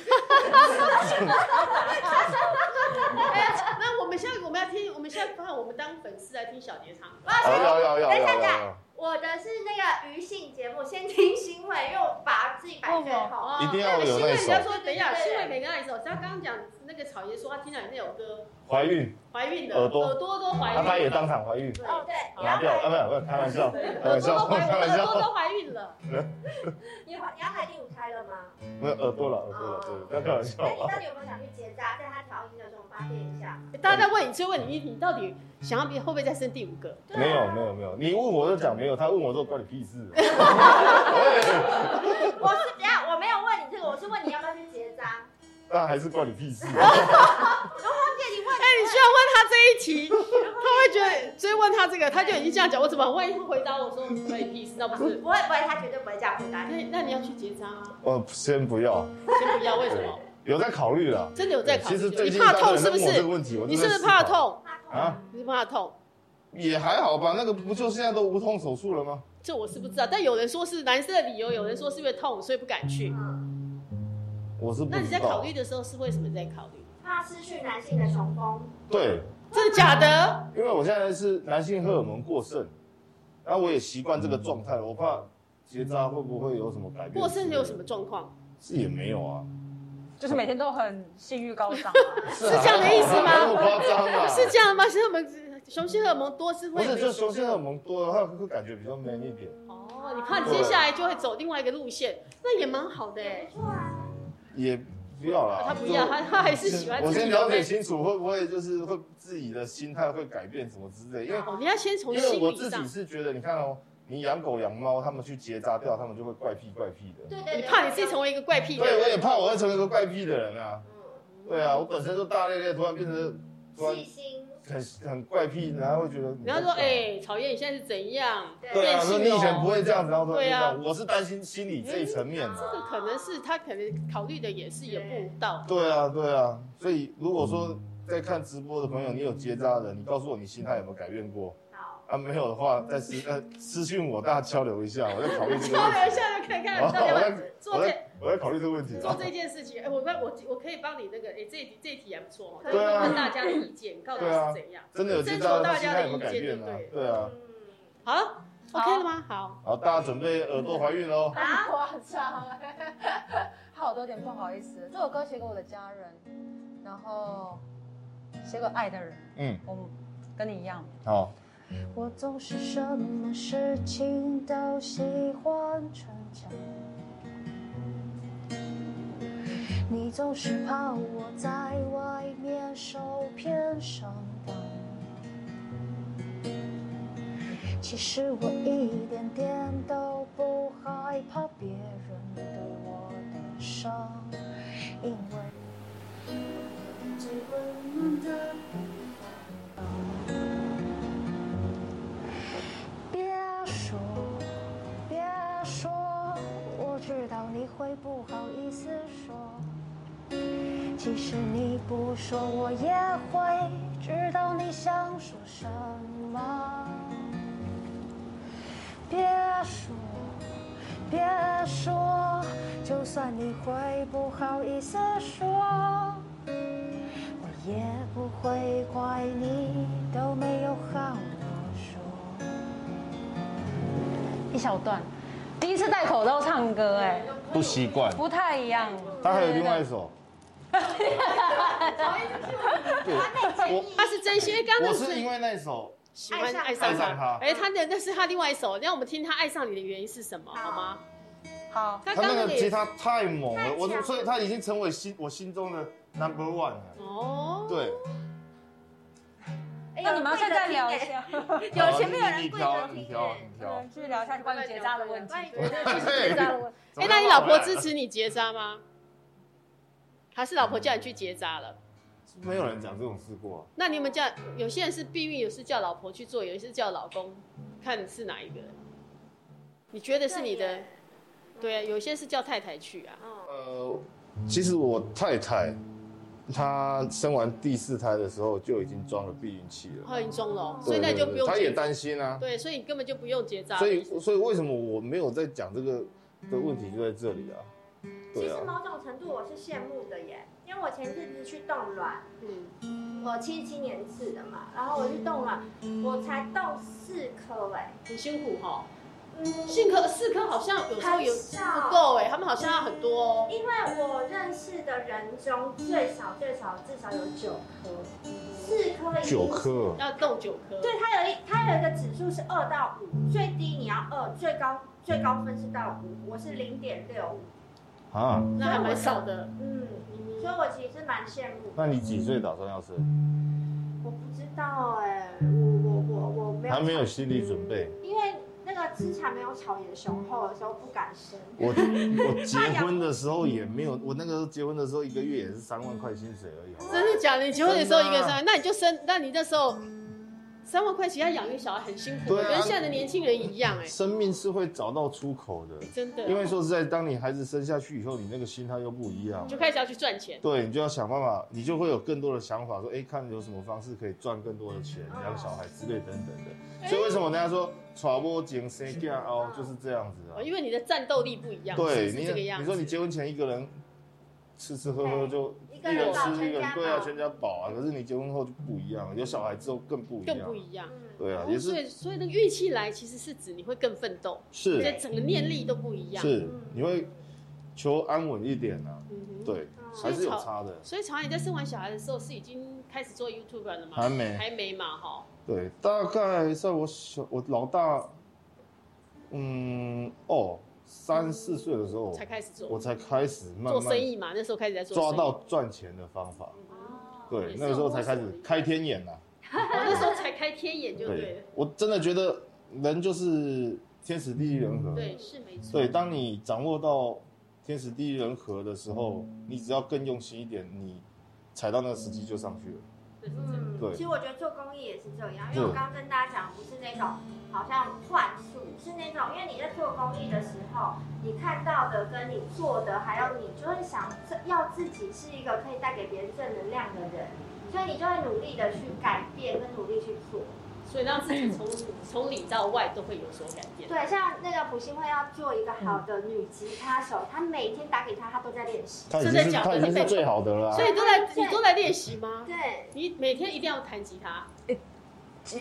Speaker 1: 那我们现在我们要听，我们现在看我们当粉丝来听小蝶唱歌。
Speaker 2: 要 要要要
Speaker 3: 等一下
Speaker 2: 要
Speaker 3: 等一下
Speaker 2: 要，
Speaker 3: 我的是那个余兴节目，先听新闻，因为我把自己摆最后。
Speaker 1: 哦
Speaker 2: 一定要有那
Speaker 1: 那
Speaker 2: 一
Speaker 1: 新闻，人
Speaker 2: 首
Speaker 1: 家说等一下，
Speaker 3: 对对对
Speaker 1: 新闻每个那一首，他刚刚讲那个草爷说他听了你那首歌，
Speaker 2: 怀孕，
Speaker 1: 怀孕的
Speaker 2: 耳朵
Speaker 1: 都怀
Speaker 2: 他
Speaker 1: 孕
Speaker 2: 他也
Speaker 1: 了，
Speaker 2: 当场怀孕，
Speaker 1: 对
Speaker 3: 哦，对，你
Speaker 2: 拿
Speaker 3: 要
Speaker 2: 掉，啊，
Speaker 3: 来，
Speaker 2: 没有没有，开 玩笑，开
Speaker 1: 耳
Speaker 2: 玩
Speaker 1: 朵
Speaker 2: 笑，
Speaker 1: 都怀
Speaker 2: 开玩
Speaker 1: 耳朵
Speaker 2: 笑，
Speaker 1: 都怀孕了，
Speaker 3: 你要你要来第五开了吗？
Speaker 2: 没有耳朵了，耳朵了，对，不要开玩
Speaker 3: 那
Speaker 2: 笑
Speaker 3: 你
Speaker 2: 啊。
Speaker 3: 到底有没有想去结扎？在他调音的时候发泄一下。
Speaker 1: 大家在问你，就问你，你到底想要比会不会再生第五个？
Speaker 3: 对啊
Speaker 2: 没有没有没有，你问我就讲没有，他问我说关你屁事。啊
Speaker 3: 我是等一下我没有问你这个，我是问你要不要去结扎。
Speaker 2: 那还是关你屁事。啊
Speaker 3: 姐，你问
Speaker 1: 哎，你居然问他这一题，他会觉得追问他这个，他就已经这样讲，我怎么万一他回答我说你关你屁事，那不是？
Speaker 3: 不会不会，他绝对不会这样回答你。
Speaker 1: 那那你要去结扎吗？
Speaker 2: 我哦先不要，
Speaker 1: 先不要，为什么？
Speaker 2: 有在考虑了。
Speaker 1: 真的有在考虑
Speaker 2: 其实最
Speaker 1: 你
Speaker 2: 近
Speaker 1: 怕痛是
Speaker 2: 大家
Speaker 1: 不
Speaker 2: 有在问我这个
Speaker 1: 是？
Speaker 2: 问题，我
Speaker 1: 你
Speaker 2: 正
Speaker 1: 是不
Speaker 2: 在
Speaker 1: 是
Speaker 2: 思
Speaker 1: 怕
Speaker 2: 考？
Speaker 1: 痛？
Speaker 2: 啊？
Speaker 1: 你是怕痛？
Speaker 2: 也还好吧，那个不就现在都无痛手术了吗？
Speaker 1: 这我是不知道，但有人说是男生的理由，有人说是因为痛，所以不敢去。
Speaker 3: 嗯，
Speaker 2: 我是不
Speaker 1: 那你在
Speaker 2: 知
Speaker 1: 考
Speaker 2: 道
Speaker 1: 虑。的时候是为什么在考虑？
Speaker 3: 怕失去男性的雄风。
Speaker 2: 对，
Speaker 1: 真的假的？
Speaker 2: 因为我现在是男性荷尔蒙过剩，然后我也习惯这个状态，我怕结扎会不会有什么改变？
Speaker 1: 过剩有什么？状况？
Speaker 2: 是也没有啊，
Speaker 4: 就是每天都很性欲高涨。
Speaker 2: 是
Speaker 1: 是这样的意思吗
Speaker 2: 那么夸张啊？
Speaker 1: 是这样吗？是我们雄性荷尔蒙多是
Speaker 2: 不
Speaker 1: 会
Speaker 2: 是，就雄性荷尔蒙多的话，会感觉比较 man 一点，
Speaker 1: 哦，你怕你接下来就会走另外一个路线，那也蛮好的哎。
Speaker 3: 不错啊，
Speaker 2: 也不要啦。
Speaker 1: 他不要，
Speaker 2: 就
Speaker 1: 他他还是喜欢
Speaker 2: 我
Speaker 1: 自己
Speaker 2: 先
Speaker 1: 的
Speaker 2: 了
Speaker 1: 味
Speaker 2: 解清楚，会不会就是会自己的心态会改变什么之类？因为
Speaker 1: 道。哦，你要先从
Speaker 2: 因为
Speaker 1: 心
Speaker 2: 我
Speaker 1: 理
Speaker 2: 自
Speaker 1: 上
Speaker 2: 己，是觉得，你看哦，你养狗养猫，他们去结扎掉，他们就会怪癖怪癖的。
Speaker 3: 对对
Speaker 1: 你怕你自己成
Speaker 3: 为。
Speaker 1: 为一个怪癖的
Speaker 2: 对，我也
Speaker 1: 人。
Speaker 2: 怕我会成为一个怪癖的人啊。
Speaker 3: 嗯
Speaker 2: 对啊，我本身就大咧咧，突然变成突然
Speaker 3: 细心。
Speaker 2: 很很怪癖，然后会觉得你
Speaker 1: 人家说，哎，草叶你现在是怎样？
Speaker 3: 对
Speaker 2: 对啊，
Speaker 1: 变性
Speaker 2: 说
Speaker 1: 了
Speaker 2: 你以前不会这样子，然后突然
Speaker 1: 对
Speaker 2: 变这
Speaker 1: 啊
Speaker 2: 样，我是担心心理这一层面
Speaker 1: 这
Speaker 2: 的。
Speaker 1: 个可能是他可能考虑的也是也不到。
Speaker 2: 对啊，对啊，所以如果说在看直播的朋友，你有结扎的，你告诉我你心态有没有改变过
Speaker 3: 好，
Speaker 2: 啊？没有的话，再私呃私信我，大家交流一下，我在考虑这个
Speaker 1: 稍
Speaker 2: 问
Speaker 1: 微一
Speaker 2: 题。
Speaker 1: 下就看看
Speaker 2: 好
Speaker 1: 到底要不要
Speaker 2: 哦我在
Speaker 1: 做这
Speaker 2: 我在考虑这个问题
Speaker 1: 做
Speaker 2: 啊。
Speaker 1: 这件事情，哎、我帮我我可以帮你那个，哎、这一题这一题还不错哦，
Speaker 3: 对
Speaker 1: 就
Speaker 2: 啊
Speaker 1: 问问大家的意见，告诉
Speaker 2: 对
Speaker 1: 我
Speaker 2: 啊
Speaker 1: 是怎样。
Speaker 2: 真的有结扎的，心态有没有改变啊？对啊，
Speaker 3: 嗯，
Speaker 1: 好了
Speaker 4: 好
Speaker 1: ，OK 了吗？好，
Speaker 2: 好，大家准备耳朵怀孕喽。
Speaker 3: 好，
Speaker 4: 夸张，好多点不好意思。这首歌写给我的家人，然后写给爱的人，
Speaker 2: 嗯，
Speaker 4: 我跟你一样。
Speaker 2: 好，
Speaker 4: 我总是什么事情都喜欢逞强，你总是怕我在外面受骗上当。
Speaker 6: 其实我一点点都不害怕别人对我的伤，因为最温暖的地方。别说，别说，我知道你会不好意思说。即使你不说，我也会知道你想说什么。别说，别说，就算你会不好意思说，我也不会怪你都没有和我说。
Speaker 4: 一小段，第一次戴口罩唱歌，哎，
Speaker 2: 不习惯。
Speaker 4: 不太一样。
Speaker 2: 他还有另外一首，
Speaker 3: 嗯
Speaker 1: 他是真心，因为哎刚刚
Speaker 2: 我
Speaker 1: 那
Speaker 2: 是因为那一首，
Speaker 1: 喜欢爱上
Speaker 2: 上爱上
Speaker 1: 他
Speaker 2: 他，
Speaker 1: 哎，他的那是他另外一首，让我们听他爱上你的原因是什么，好吗？
Speaker 4: 好，
Speaker 1: 他
Speaker 2: 他那个
Speaker 1: 也
Speaker 2: 吉他太猛
Speaker 3: 太
Speaker 2: 了，
Speaker 3: 强
Speaker 2: 我
Speaker 3: 了
Speaker 2: 所以他已经成为心我心中的 number one 了。
Speaker 1: 哦，
Speaker 2: 对，
Speaker 3: 哎
Speaker 4: 那你们要现在聊一，下，
Speaker 3: 有前面有人跪着
Speaker 2: 你
Speaker 3: 听
Speaker 2: 挑，
Speaker 1: 嗯
Speaker 3: 哎，
Speaker 2: 你挑，
Speaker 4: 去聊一下关于结扎的问题。
Speaker 3: 关于
Speaker 4: 对
Speaker 2: 对
Speaker 1: 哎，那你老婆支？持你结扎吗？还是老婆叫你去结扎了？
Speaker 2: 没有人讲这种事过啊。
Speaker 1: 那你们叫有些人是避孕，有是叫老婆去做，有些是叫老公，看是哪一个？你觉得是你
Speaker 3: 对
Speaker 1: 的
Speaker 3: 耶？
Speaker 1: 对啊，有些是叫太太去啊。
Speaker 3: 嗯，
Speaker 2: 呃，其实我太太她生完第四胎的时候就已经装了避孕器了，
Speaker 1: 后来你中了哦，所
Speaker 2: 对
Speaker 1: 以那
Speaker 2: 对
Speaker 1: 就
Speaker 2: 对
Speaker 1: 不用
Speaker 2: 她也
Speaker 1: 结。
Speaker 2: 担心啊。
Speaker 1: 对，所以你根本就不用结扎。
Speaker 2: 所以，所以为什么我没有在讲这个的问题就在这里啊？
Speaker 3: 其
Speaker 2: 对
Speaker 3: 实
Speaker 2: 啊，
Speaker 3: 某种程度我是羡慕的耶，因为我前阵子去冻卵，
Speaker 1: 嗯，
Speaker 3: 我七七年次的嘛，然后我去冻卵，我才冻四颗哎，
Speaker 1: 很辛苦哈、
Speaker 3: 嗯
Speaker 1: 性格四颗好像有时候有
Speaker 3: 很少
Speaker 1: 不够哎、他们好像要很多哦。
Speaker 3: 因为我认识的人中最少最少至少有九颗，四颗已经
Speaker 2: 九。颗，
Speaker 1: 要动九颗，
Speaker 3: 对，它有一它有一个指数是二到五，最低你要二，最高最高分是到五，我是零点六五，
Speaker 2: 啊，
Speaker 1: 那还蛮少的。
Speaker 3: 嗯，所以我其实蛮羡慕。
Speaker 2: 那你几岁打算要生？
Speaker 1: 嗯
Speaker 3: 我不知道哎、我我我我没有，
Speaker 2: 还没有心理准备。
Speaker 3: 因为那个资产没有草野雄厚的时候不敢生。
Speaker 2: 我我结婚的时候也没有，我那个时候结婚的时候一个月也是三万块薪水而已。好不好
Speaker 1: 真的假的？你结婚的时候一个
Speaker 2: 真的啊
Speaker 1: 三万，那你就生，那你那时候三万块钱要养育小孩很辛苦，
Speaker 2: 对啊
Speaker 1: 跟现在的年轻人一样哎、
Speaker 2: 生命是会找到出口的，
Speaker 1: 真的。
Speaker 2: 因为说实在，当你孩子生下去以后，你那个心态又不一样
Speaker 1: 就。开始要去赚钱。
Speaker 2: 对，你就要想办法，你就会有更多的想法，说，哎，看有什么方式可以赚更多的钱，
Speaker 1: 嗯
Speaker 2: 养小孩之类等等的。所以为什么人家说“传播精生囝哦”，就是这样子啊
Speaker 1: 哦，。因为你的战斗力不一样，
Speaker 2: 对
Speaker 1: 是不是这个
Speaker 2: 你，
Speaker 1: 样子。
Speaker 2: 你说你结婚前一个人吃吃喝喝就
Speaker 3: 一
Speaker 2: 一
Speaker 3: 个
Speaker 2: 个
Speaker 3: 人
Speaker 2: 人
Speaker 3: 饱
Speaker 2: 吃一个
Speaker 3: 全家
Speaker 2: 人，对啊，
Speaker 3: 饱
Speaker 2: 全家饱啊。可是你结婚后就不一样了，有小孩之后更不一样。
Speaker 1: 更不一
Speaker 3: 嗯
Speaker 1: 样。
Speaker 2: 对啊
Speaker 1: 哦，
Speaker 2: 也
Speaker 1: 所
Speaker 2: 是
Speaker 1: 以所以那个运气来，其实是指你会更奋斗，
Speaker 2: 是
Speaker 1: 这整个念力都不一样。，
Speaker 2: 是，你会求安稳一点啊。
Speaker 1: 嗯哼。
Speaker 2: 对，
Speaker 1: 所以
Speaker 2: 还是有
Speaker 1: 吵
Speaker 2: 差的。
Speaker 1: 所以常常你在生完小孩的时候，是已经开始做 YouTuber 了吗？
Speaker 2: 还没
Speaker 1: 还没嘛，哈。
Speaker 2: 对，大概在我小我老大，嗯哦，三四岁的时候
Speaker 1: 才，开始做
Speaker 2: 我才开始慢
Speaker 1: 做
Speaker 2: 慢
Speaker 1: 生意嘛，那时候开始在做生意
Speaker 2: 抓
Speaker 1: 哦
Speaker 2: 到赚钱的方法。
Speaker 1: 也
Speaker 3: 哦
Speaker 2: 对，
Speaker 1: 是
Speaker 2: 那个时候才开
Speaker 1: 摸索
Speaker 2: 始
Speaker 1: 的
Speaker 2: 开天眼呐、啊
Speaker 1: 我那时候才开天眼就对了，
Speaker 2: 我真的觉得人就是天时地利人和。
Speaker 5: 嗯
Speaker 1: 对，是没错。
Speaker 2: 对，当你掌握到天时地利人和的时候，你只要更用心一点，你踩到那个时机就上去了。
Speaker 1: 这是真的
Speaker 3: 嗯，
Speaker 2: 对
Speaker 3: 其实我觉得做公益也是这样，因为我
Speaker 2: 对
Speaker 3: 刚刚跟大家讲，不是那种好像幻术，是那种因为你在做公益的时候，你看到的跟你做的，还有你就会想这要自己是一个可以带给别人正能量的人，所以你就会努力的去改变跟努力去做。
Speaker 1: 所以让自己
Speaker 4: 嗯
Speaker 1: 从从里到外都会有所改变。
Speaker 3: 对，像那个普信会要做一个好的女吉他手，她每天打给她，她都在练习。
Speaker 2: 他已
Speaker 1: 真
Speaker 2: 经
Speaker 1: 的
Speaker 2: 是
Speaker 1: 假的
Speaker 2: 他已经是最好的了、啊
Speaker 1: 所。以都来，你都来练习吗？
Speaker 3: 对，
Speaker 1: 你每天一定要弹吉他，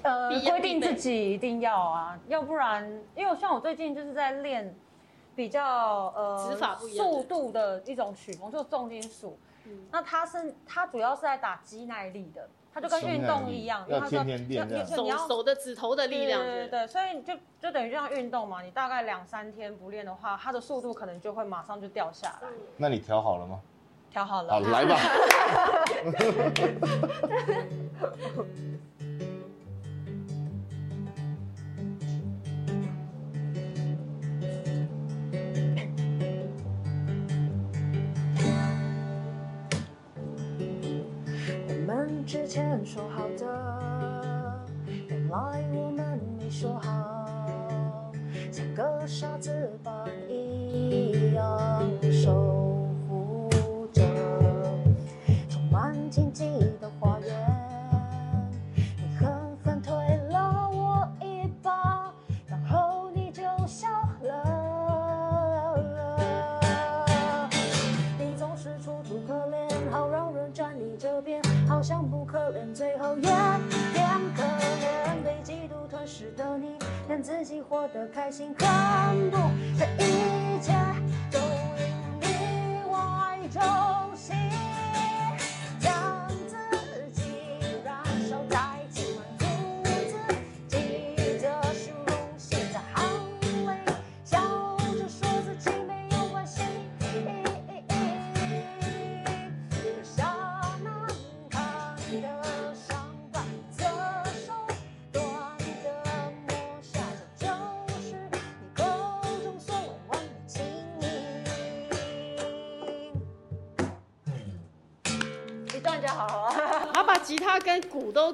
Speaker 4: 呃，
Speaker 1: 必要
Speaker 4: 规定
Speaker 1: 必备
Speaker 4: 自己一定要啊，要不然，因为像我最近就是在练比较呃
Speaker 1: 指法不一样的
Speaker 4: 速度的一种曲风，就重金属。
Speaker 1: 嗯
Speaker 4: 那它是它主要是在打肌耐力的，它就跟运动一
Speaker 2: 肌
Speaker 4: 样，
Speaker 2: 耐力
Speaker 4: 因为它是
Speaker 2: 要天天练这样
Speaker 4: 要
Speaker 1: 手
Speaker 4: 你要
Speaker 1: 手的指头的力量，
Speaker 4: 对对对，所以就就等于就像运动嘛，你大概两三天不练的话，它的速度可能就会马上就掉下来。
Speaker 2: 那你调好了吗？
Speaker 4: 调好
Speaker 2: 好，
Speaker 4: 了，
Speaker 2: 来吧。
Speaker 6: 我们之前说好的，原来我们没说好，像个傻子般一样守护着，充满禁忌的花园。你狠狠推了我一把，然后你就笑了。你总是楚楚可怜，好让人站你这边，好像不可怜，最后也变可怜。被嫉妒吞噬的你，让自己活得开心，看不这一切都因你外周心，将自己燃烧殆尽，满足自己，这是荣幸在行为，笑着说自己没有关系。小难看的伤疤，左手端的抹下，这就是你口中所谓完美情
Speaker 4: 一段就好了。
Speaker 1: 他把吉他跟鼓都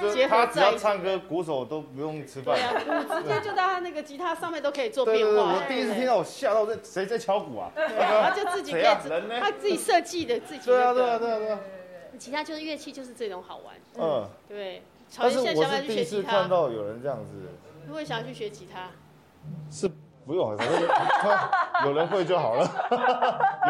Speaker 5: 就
Speaker 1: 结
Speaker 5: 是
Speaker 1: 合
Speaker 5: 他只
Speaker 1: 在
Speaker 5: 要
Speaker 1: 一起，
Speaker 5: 唱歌，鼓手都不用吃
Speaker 1: 对啊，
Speaker 5: 饭。
Speaker 1: 鼓直接就到他那个吉他上面都可以做
Speaker 5: 对
Speaker 1: 变
Speaker 5: 对对，
Speaker 1: 化。
Speaker 5: 我第一次听到，我吓到，这谁在敲鼓啊？
Speaker 1: 对啊，他就自己可以
Speaker 5: 谁啊
Speaker 1: 自
Speaker 5: 人呢
Speaker 1: 他自己设计的自己
Speaker 5: 对啊，
Speaker 1: 那
Speaker 5: 对啊，
Speaker 1: 个，
Speaker 5: 对啊，对啊。
Speaker 1: 吉他就是乐器，就是这种好玩。
Speaker 5: 嗯，
Speaker 1: 对，曹
Speaker 2: 但
Speaker 1: 云
Speaker 2: 是
Speaker 1: 现在
Speaker 2: 我
Speaker 1: 想不想去
Speaker 2: 是第一
Speaker 1: 学
Speaker 2: 次
Speaker 1: 吉
Speaker 2: 看
Speaker 1: 他？
Speaker 2: 到有人这样子，
Speaker 1: 如果想要去学吉他，
Speaker 2: 是不用，反正有人会就好了，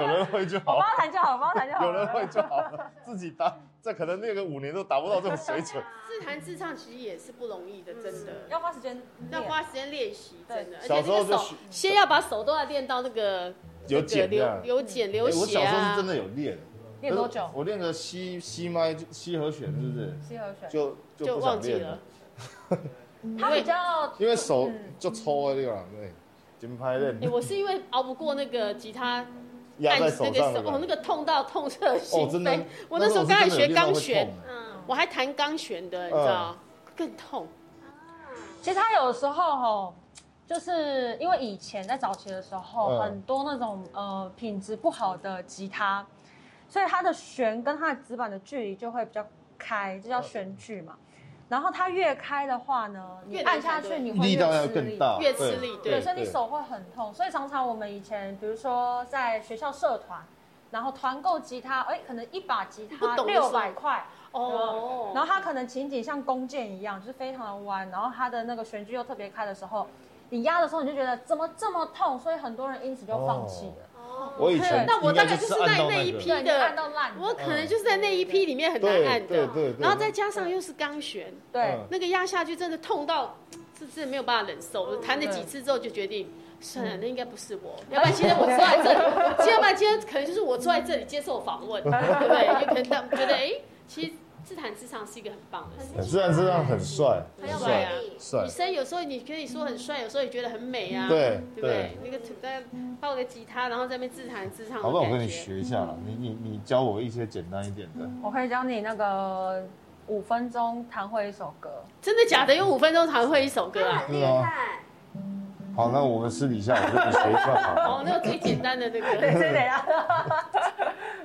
Speaker 2: 有人会就好了
Speaker 4: 我帮。他弹就好，我帮他弹就好。
Speaker 2: 有人会就好了，自己打，
Speaker 1: 嗯
Speaker 2: 这可能练个五年都达不到这种水 准。
Speaker 1: 自弹自唱其实也是不容易的，真的。
Speaker 4: 嗯要花时间
Speaker 1: 要
Speaker 4: 练，
Speaker 1: 花时间练习，真的，而
Speaker 2: 小
Speaker 1: 且
Speaker 2: 时候
Speaker 1: 这
Speaker 2: 就
Speaker 1: 个手
Speaker 2: 学
Speaker 1: 先要把手都要练到那个
Speaker 2: 有茧这
Speaker 1: 流
Speaker 2: 样
Speaker 1: 流茧流
Speaker 2: 哎我
Speaker 1: 血
Speaker 2: 小时候
Speaker 1: 啊
Speaker 2: 是真。的有练，
Speaker 4: 练多久？
Speaker 2: 我练个西西麦西和弦，是不是？
Speaker 4: 西河水。
Speaker 2: 就
Speaker 1: 就
Speaker 2: 就不
Speaker 1: 忘
Speaker 2: 想
Speaker 1: 记
Speaker 2: 练
Speaker 1: 了，，嗯
Speaker 4: 他比较
Speaker 2: 因为手就抽啊，这个对，紧拍
Speaker 1: 哎，
Speaker 2: 练
Speaker 1: 我是因为熬不过那个吉他
Speaker 2: 压在手
Speaker 1: 那
Speaker 2: 上
Speaker 1: 个
Speaker 2: 的
Speaker 1: 手，哦，那
Speaker 2: 感觉。
Speaker 1: 个痛到痛彻心
Speaker 2: 哦，真的
Speaker 1: 扉。，我那时候刚开始学钢弦，啊
Speaker 3: 嗯，
Speaker 1: 我还弹钢弦的，你
Speaker 2: 嗯
Speaker 1: 知道，更痛。
Speaker 4: 其实他有时候吼，就是因为以前在早期的时候，
Speaker 2: 嗯
Speaker 4: 很多那种呃品质不好的吉他，所以它的弦跟它的指板的距离就会比较开，这叫弦距嘛。然后它越开的话呢，你
Speaker 1: 越
Speaker 4: 按下
Speaker 1: 难弹
Speaker 4: 去
Speaker 1: 对
Speaker 4: 你会
Speaker 2: 力
Speaker 4: 越
Speaker 2: 道要
Speaker 4: 吃
Speaker 2: 更
Speaker 4: 力
Speaker 2: 大，
Speaker 1: 越吃力对
Speaker 4: 对，所以你手会很痛。所以常常我们以前，比如说在学校社团，然后团购吉他，哎，可能一把吉
Speaker 1: 不
Speaker 4: 他
Speaker 1: 懂的时候
Speaker 4: 六百块，
Speaker 1: 哦，
Speaker 4: 然后它可能琴颈像弓箭一样，就是非常的弯，然后它的那个旋距又特别开的时候，你压的时候你就觉得怎么这么痛，所以很多人因此就放弃了，
Speaker 3: 哦，
Speaker 2: 我以前
Speaker 1: 那我大概
Speaker 2: 应该
Speaker 1: 就是
Speaker 2: 按
Speaker 1: 那
Speaker 2: 到
Speaker 1: 那一
Speaker 2: 个
Speaker 1: 批
Speaker 4: 嗯对，你按到烂的，
Speaker 1: 我可能就是在那一批里面很难按
Speaker 2: 对
Speaker 1: 的，
Speaker 2: 对对，
Speaker 1: 然后再加上又是钢弦，
Speaker 4: 对
Speaker 2: 嗯
Speaker 1: 那个压下去真的痛到，这真的没有办法忍受。
Speaker 2: 嗯
Speaker 1: 我弹了几次之后就决定，算了，那应该不是我，要不然今天我坐在这里，今要不然今天可能就是我坐在这里接受访 问，对不对？有可能他们觉得，哎，其实自弹自唱是一个很棒的事。
Speaker 2: 自然自然很帅，
Speaker 3: 很
Speaker 1: 有
Speaker 3: 有
Speaker 1: 魅
Speaker 3: 魅
Speaker 2: 帅
Speaker 1: 力
Speaker 3: 力。
Speaker 2: 帅
Speaker 1: 女，生有时候你可以说很帅，有时候也觉得很美啊，
Speaker 2: 对
Speaker 1: 对不
Speaker 2: 对
Speaker 1: 对？。那个在抱个吉他，然后在那边自弹自唱，
Speaker 2: 好
Speaker 1: 的
Speaker 2: 不好？我
Speaker 1: 感
Speaker 2: 跟你
Speaker 1: 觉
Speaker 2: 学一下啦，你你你教我一些简单一点的。
Speaker 4: 我可以教你那个五分钟弹会一首歌，
Speaker 1: 真的假的？用五分钟弹会一首歌
Speaker 3: 他
Speaker 1: 啊？
Speaker 3: 很厉害，
Speaker 2: 好，那我们私底下我跟你学一段好
Speaker 1: 哦，
Speaker 2: 了。
Speaker 1: 那个最简单的那个。
Speaker 4: 对，这得要，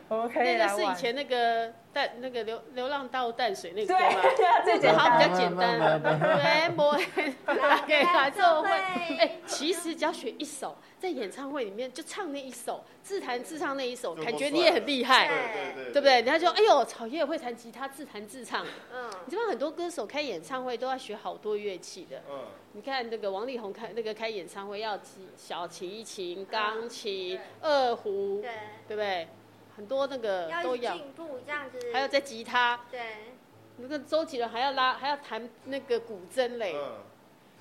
Speaker 4: 我们可以
Speaker 1: 那
Speaker 4: 来
Speaker 1: 个是
Speaker 4: 玩
Speaker 1: 以前那个淡那个流流浪到淡水那个歌吗？
Speaker 4: 对， 最
Speaker 1: 这
Speaker 4: 简
Speaker 1: 好
Speaker 4: 单
Speaker 1: 像比较简单，对，不会给来奏啊会。哎，其实只要学一首，在演唱会里面就唱那一首，自弹自唱那一首，
Speaker 5: 就
Speaker 1: 感觉
Speaker 5: 够帅
Speaker 1: 你也很厉害，
Speaker 3: 了
Speaker 5: 对对对，
Speaker 1: 对不对？人家就哎呦，草叶会弹吉他，自弹自唱。
Speaker 3: 嗯，
Speaker 1: 你知道很多歌手开演唱会都要学好多乐器的。
Speaker 5: 嗯，
Speaker 1: 你看那个王力宏开那个开演唱会要提小提琴、钢琴、二胡，
Speaker 3: 对，
Speaker 1: 对不对？很多那个
Speaker 3: 要
Speaker 1: 都
Speaker 3: 一直
Speaker 1: 要，
Speaker 3: 进步这样子，
Speaker 1: 还有在吉他。
Speaker 3: 对，
Speaker 1: 那个周杰伦还要拉，还要弹那个古筝嘞，
Speaker 5: 嗯，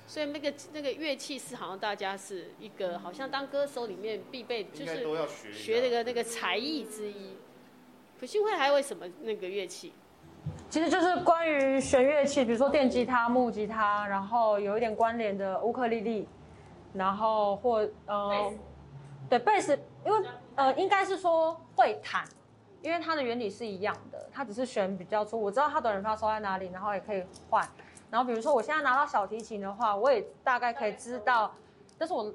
Speaker 1: 所以那个那个乐器是好像大家是一个，好像当歌手里面必备，就
Speaker 5: 应该
Speaker 1: 是
Speaker 5: 都要学一下
Speaker 1: 学那个那个才艺之一。朴信惠还会什么那个乐器？
Speaker 4: 其实就是关于弦乐器，比如说电吉他、木吉他，然后有一点关联的乌克丽丽，然后或呃，对贝斯，因为呃应该是说会弹，因为它的原理是一样的，它只是弦比较粗。我知道它短人发收在哪里，然后也可以换。然后比如说我现在拿到小提琴的话，我也大概可以知道，但是我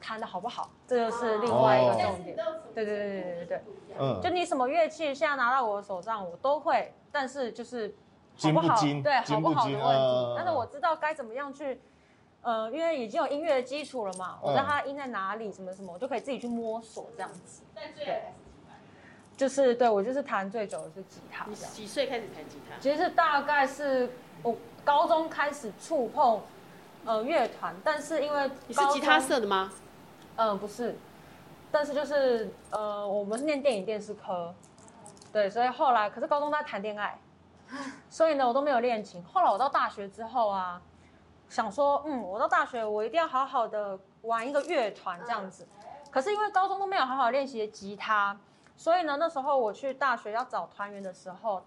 Speaker 4: 弹的好不好，这就是另外一
Speaker 3: 哦
Speaker 4: 个重点。对对对对对对，
Speaker 2: 嗯
Speaker 4: 就，你什么乐器现在拿到我的手上，我都会，但是就是好
Speaker 2: 精
Speaker 4: 不
Speaker 2: 不
Speaker 4: 好，
Speaker 2: 精
Speaker 4: 对好
Speaker 2: 精
Speaker 4: 不
Speaker 2: 不
Speaker 4: 好的
Speaker 2: 精
Speaker 4: 问题
Speaker 2: 嗯。
Speaker 4: 但是我知道该怎么样去，呃，因为已经有音乐的基础了嘛，我知道
Speaker 2: 嗯
Speaker 4: 它音在哪里，什么什么，我就可以自己去摸索这样子。
Speaker 1: 但最爱还是吉他。
Speaker 4: 就是对我就是弹最久的是吉他
Speaker 1: 你
Speaker 4: 这样。
Speaker 1: 几岁开始弹吉他？
Speaker 4: 其实大概是我高中开始触碰呃乐团，但是因为
Speaker 1: 你是
Speaker 4: 高中
Speaker 1: 吉他，社的吗？
Speaker 4: 嗯、不是，但是就是呃，我们是念电影电视科，对，所以后来可是高中在谈恋爱，所以呢我都没有恋情。后来我到大学之后啊，想说嗯，我到大学我一定要好好的玩一个乐团这样子，可是因为高中都没有好好练习吉他，所以呢那时候我去大学要找团员的时候。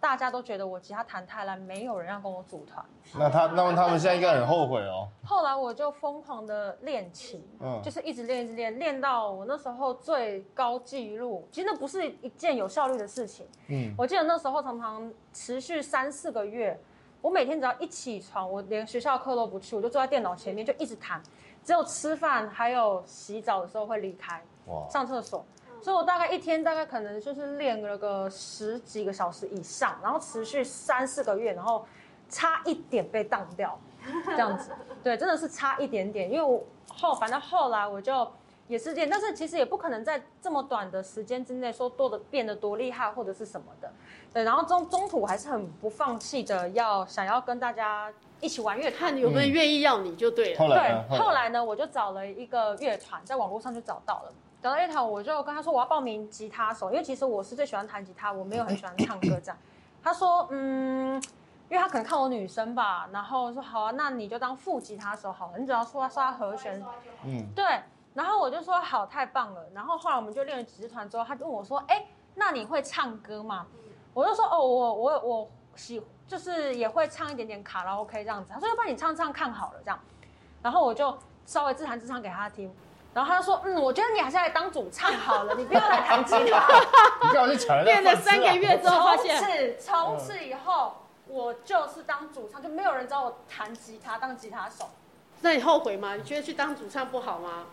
Speaker 4: 大家都觉得我吉他弹太烂，没有人要跟我组团。
Speaker 2: 那他那么他们现在应该很后悔哦。
Speaker 4: 后来我就疯狂的练琴，
Speaker 2: 嗯
Speaker 4: 就是一直练，一直练，练到我那时候最高纪录。其实那不是一件有效率的事情。
Speaker 2: 嗯，
Speaker 4: 我记得那时候常常持续三四个月，我每天只要一起床，我连学校课都不去，我就坐在电脑前面就一直弹，只有吃饭还有洗澡的时候会离开
Speaker 2: 哇，
Speaker 4: 上厕所。所以我大概一天大概可能就是练了个十几个小时以上，然后持续三四个月，然后差一点被当掉，这样子，对，真的是差一点点，因为我后反正后来我就也是练，但是其实也不可能在这么短的时间之内说多的变得多厉害或者是什么的，对，然后中中途我还是很不放弃的，要想要跟大家一起玩乐团
Speaker 1: 看。有没有人愿意要你就对了。
Speaker 2: 后来呢？
Speaker 4: 对，后来呢，我就找了一个乐团，在网络上就找到了。找到乐团，我就跟他说我要报名吉他手，因为其实我是最喜欢弹吉他，我没有很喜欢唱歌 这样。他说，嗯，因为他可能看我女生吧，然后说好啊，那你就当副吉他手好了，你只要说他刷和弦，
Speaker 2: 嗯，
Speaker 4: 对。然后我就说好，太棒了。然后后来我们就练了几支团之后，他就问我说，哎，那你会唱歌吗？我就说哦，我我我喜就是也会唱一点点卡拉 OK 这样子。他说要不然你唱唱看好了这样，然后我就稍微自弹自唱给他听。然后他就说，嗯，我觉得你还是来当主唱好了，你不要来 弹吉他。
Speaker 2: 你干嘛去抢人家
Speaker 1: 练了
Speaker 2: 饭吃啊
Speaker 1: 三个月之后发
Speaker 4: 从
Speaker 1: 现，
Speaker 4: 此从此以后，我就是当主唱，就没有人找我弹吉他当吉他手，
Speaker 1: 那你后悔吗？你觉得去当主唱不好吗？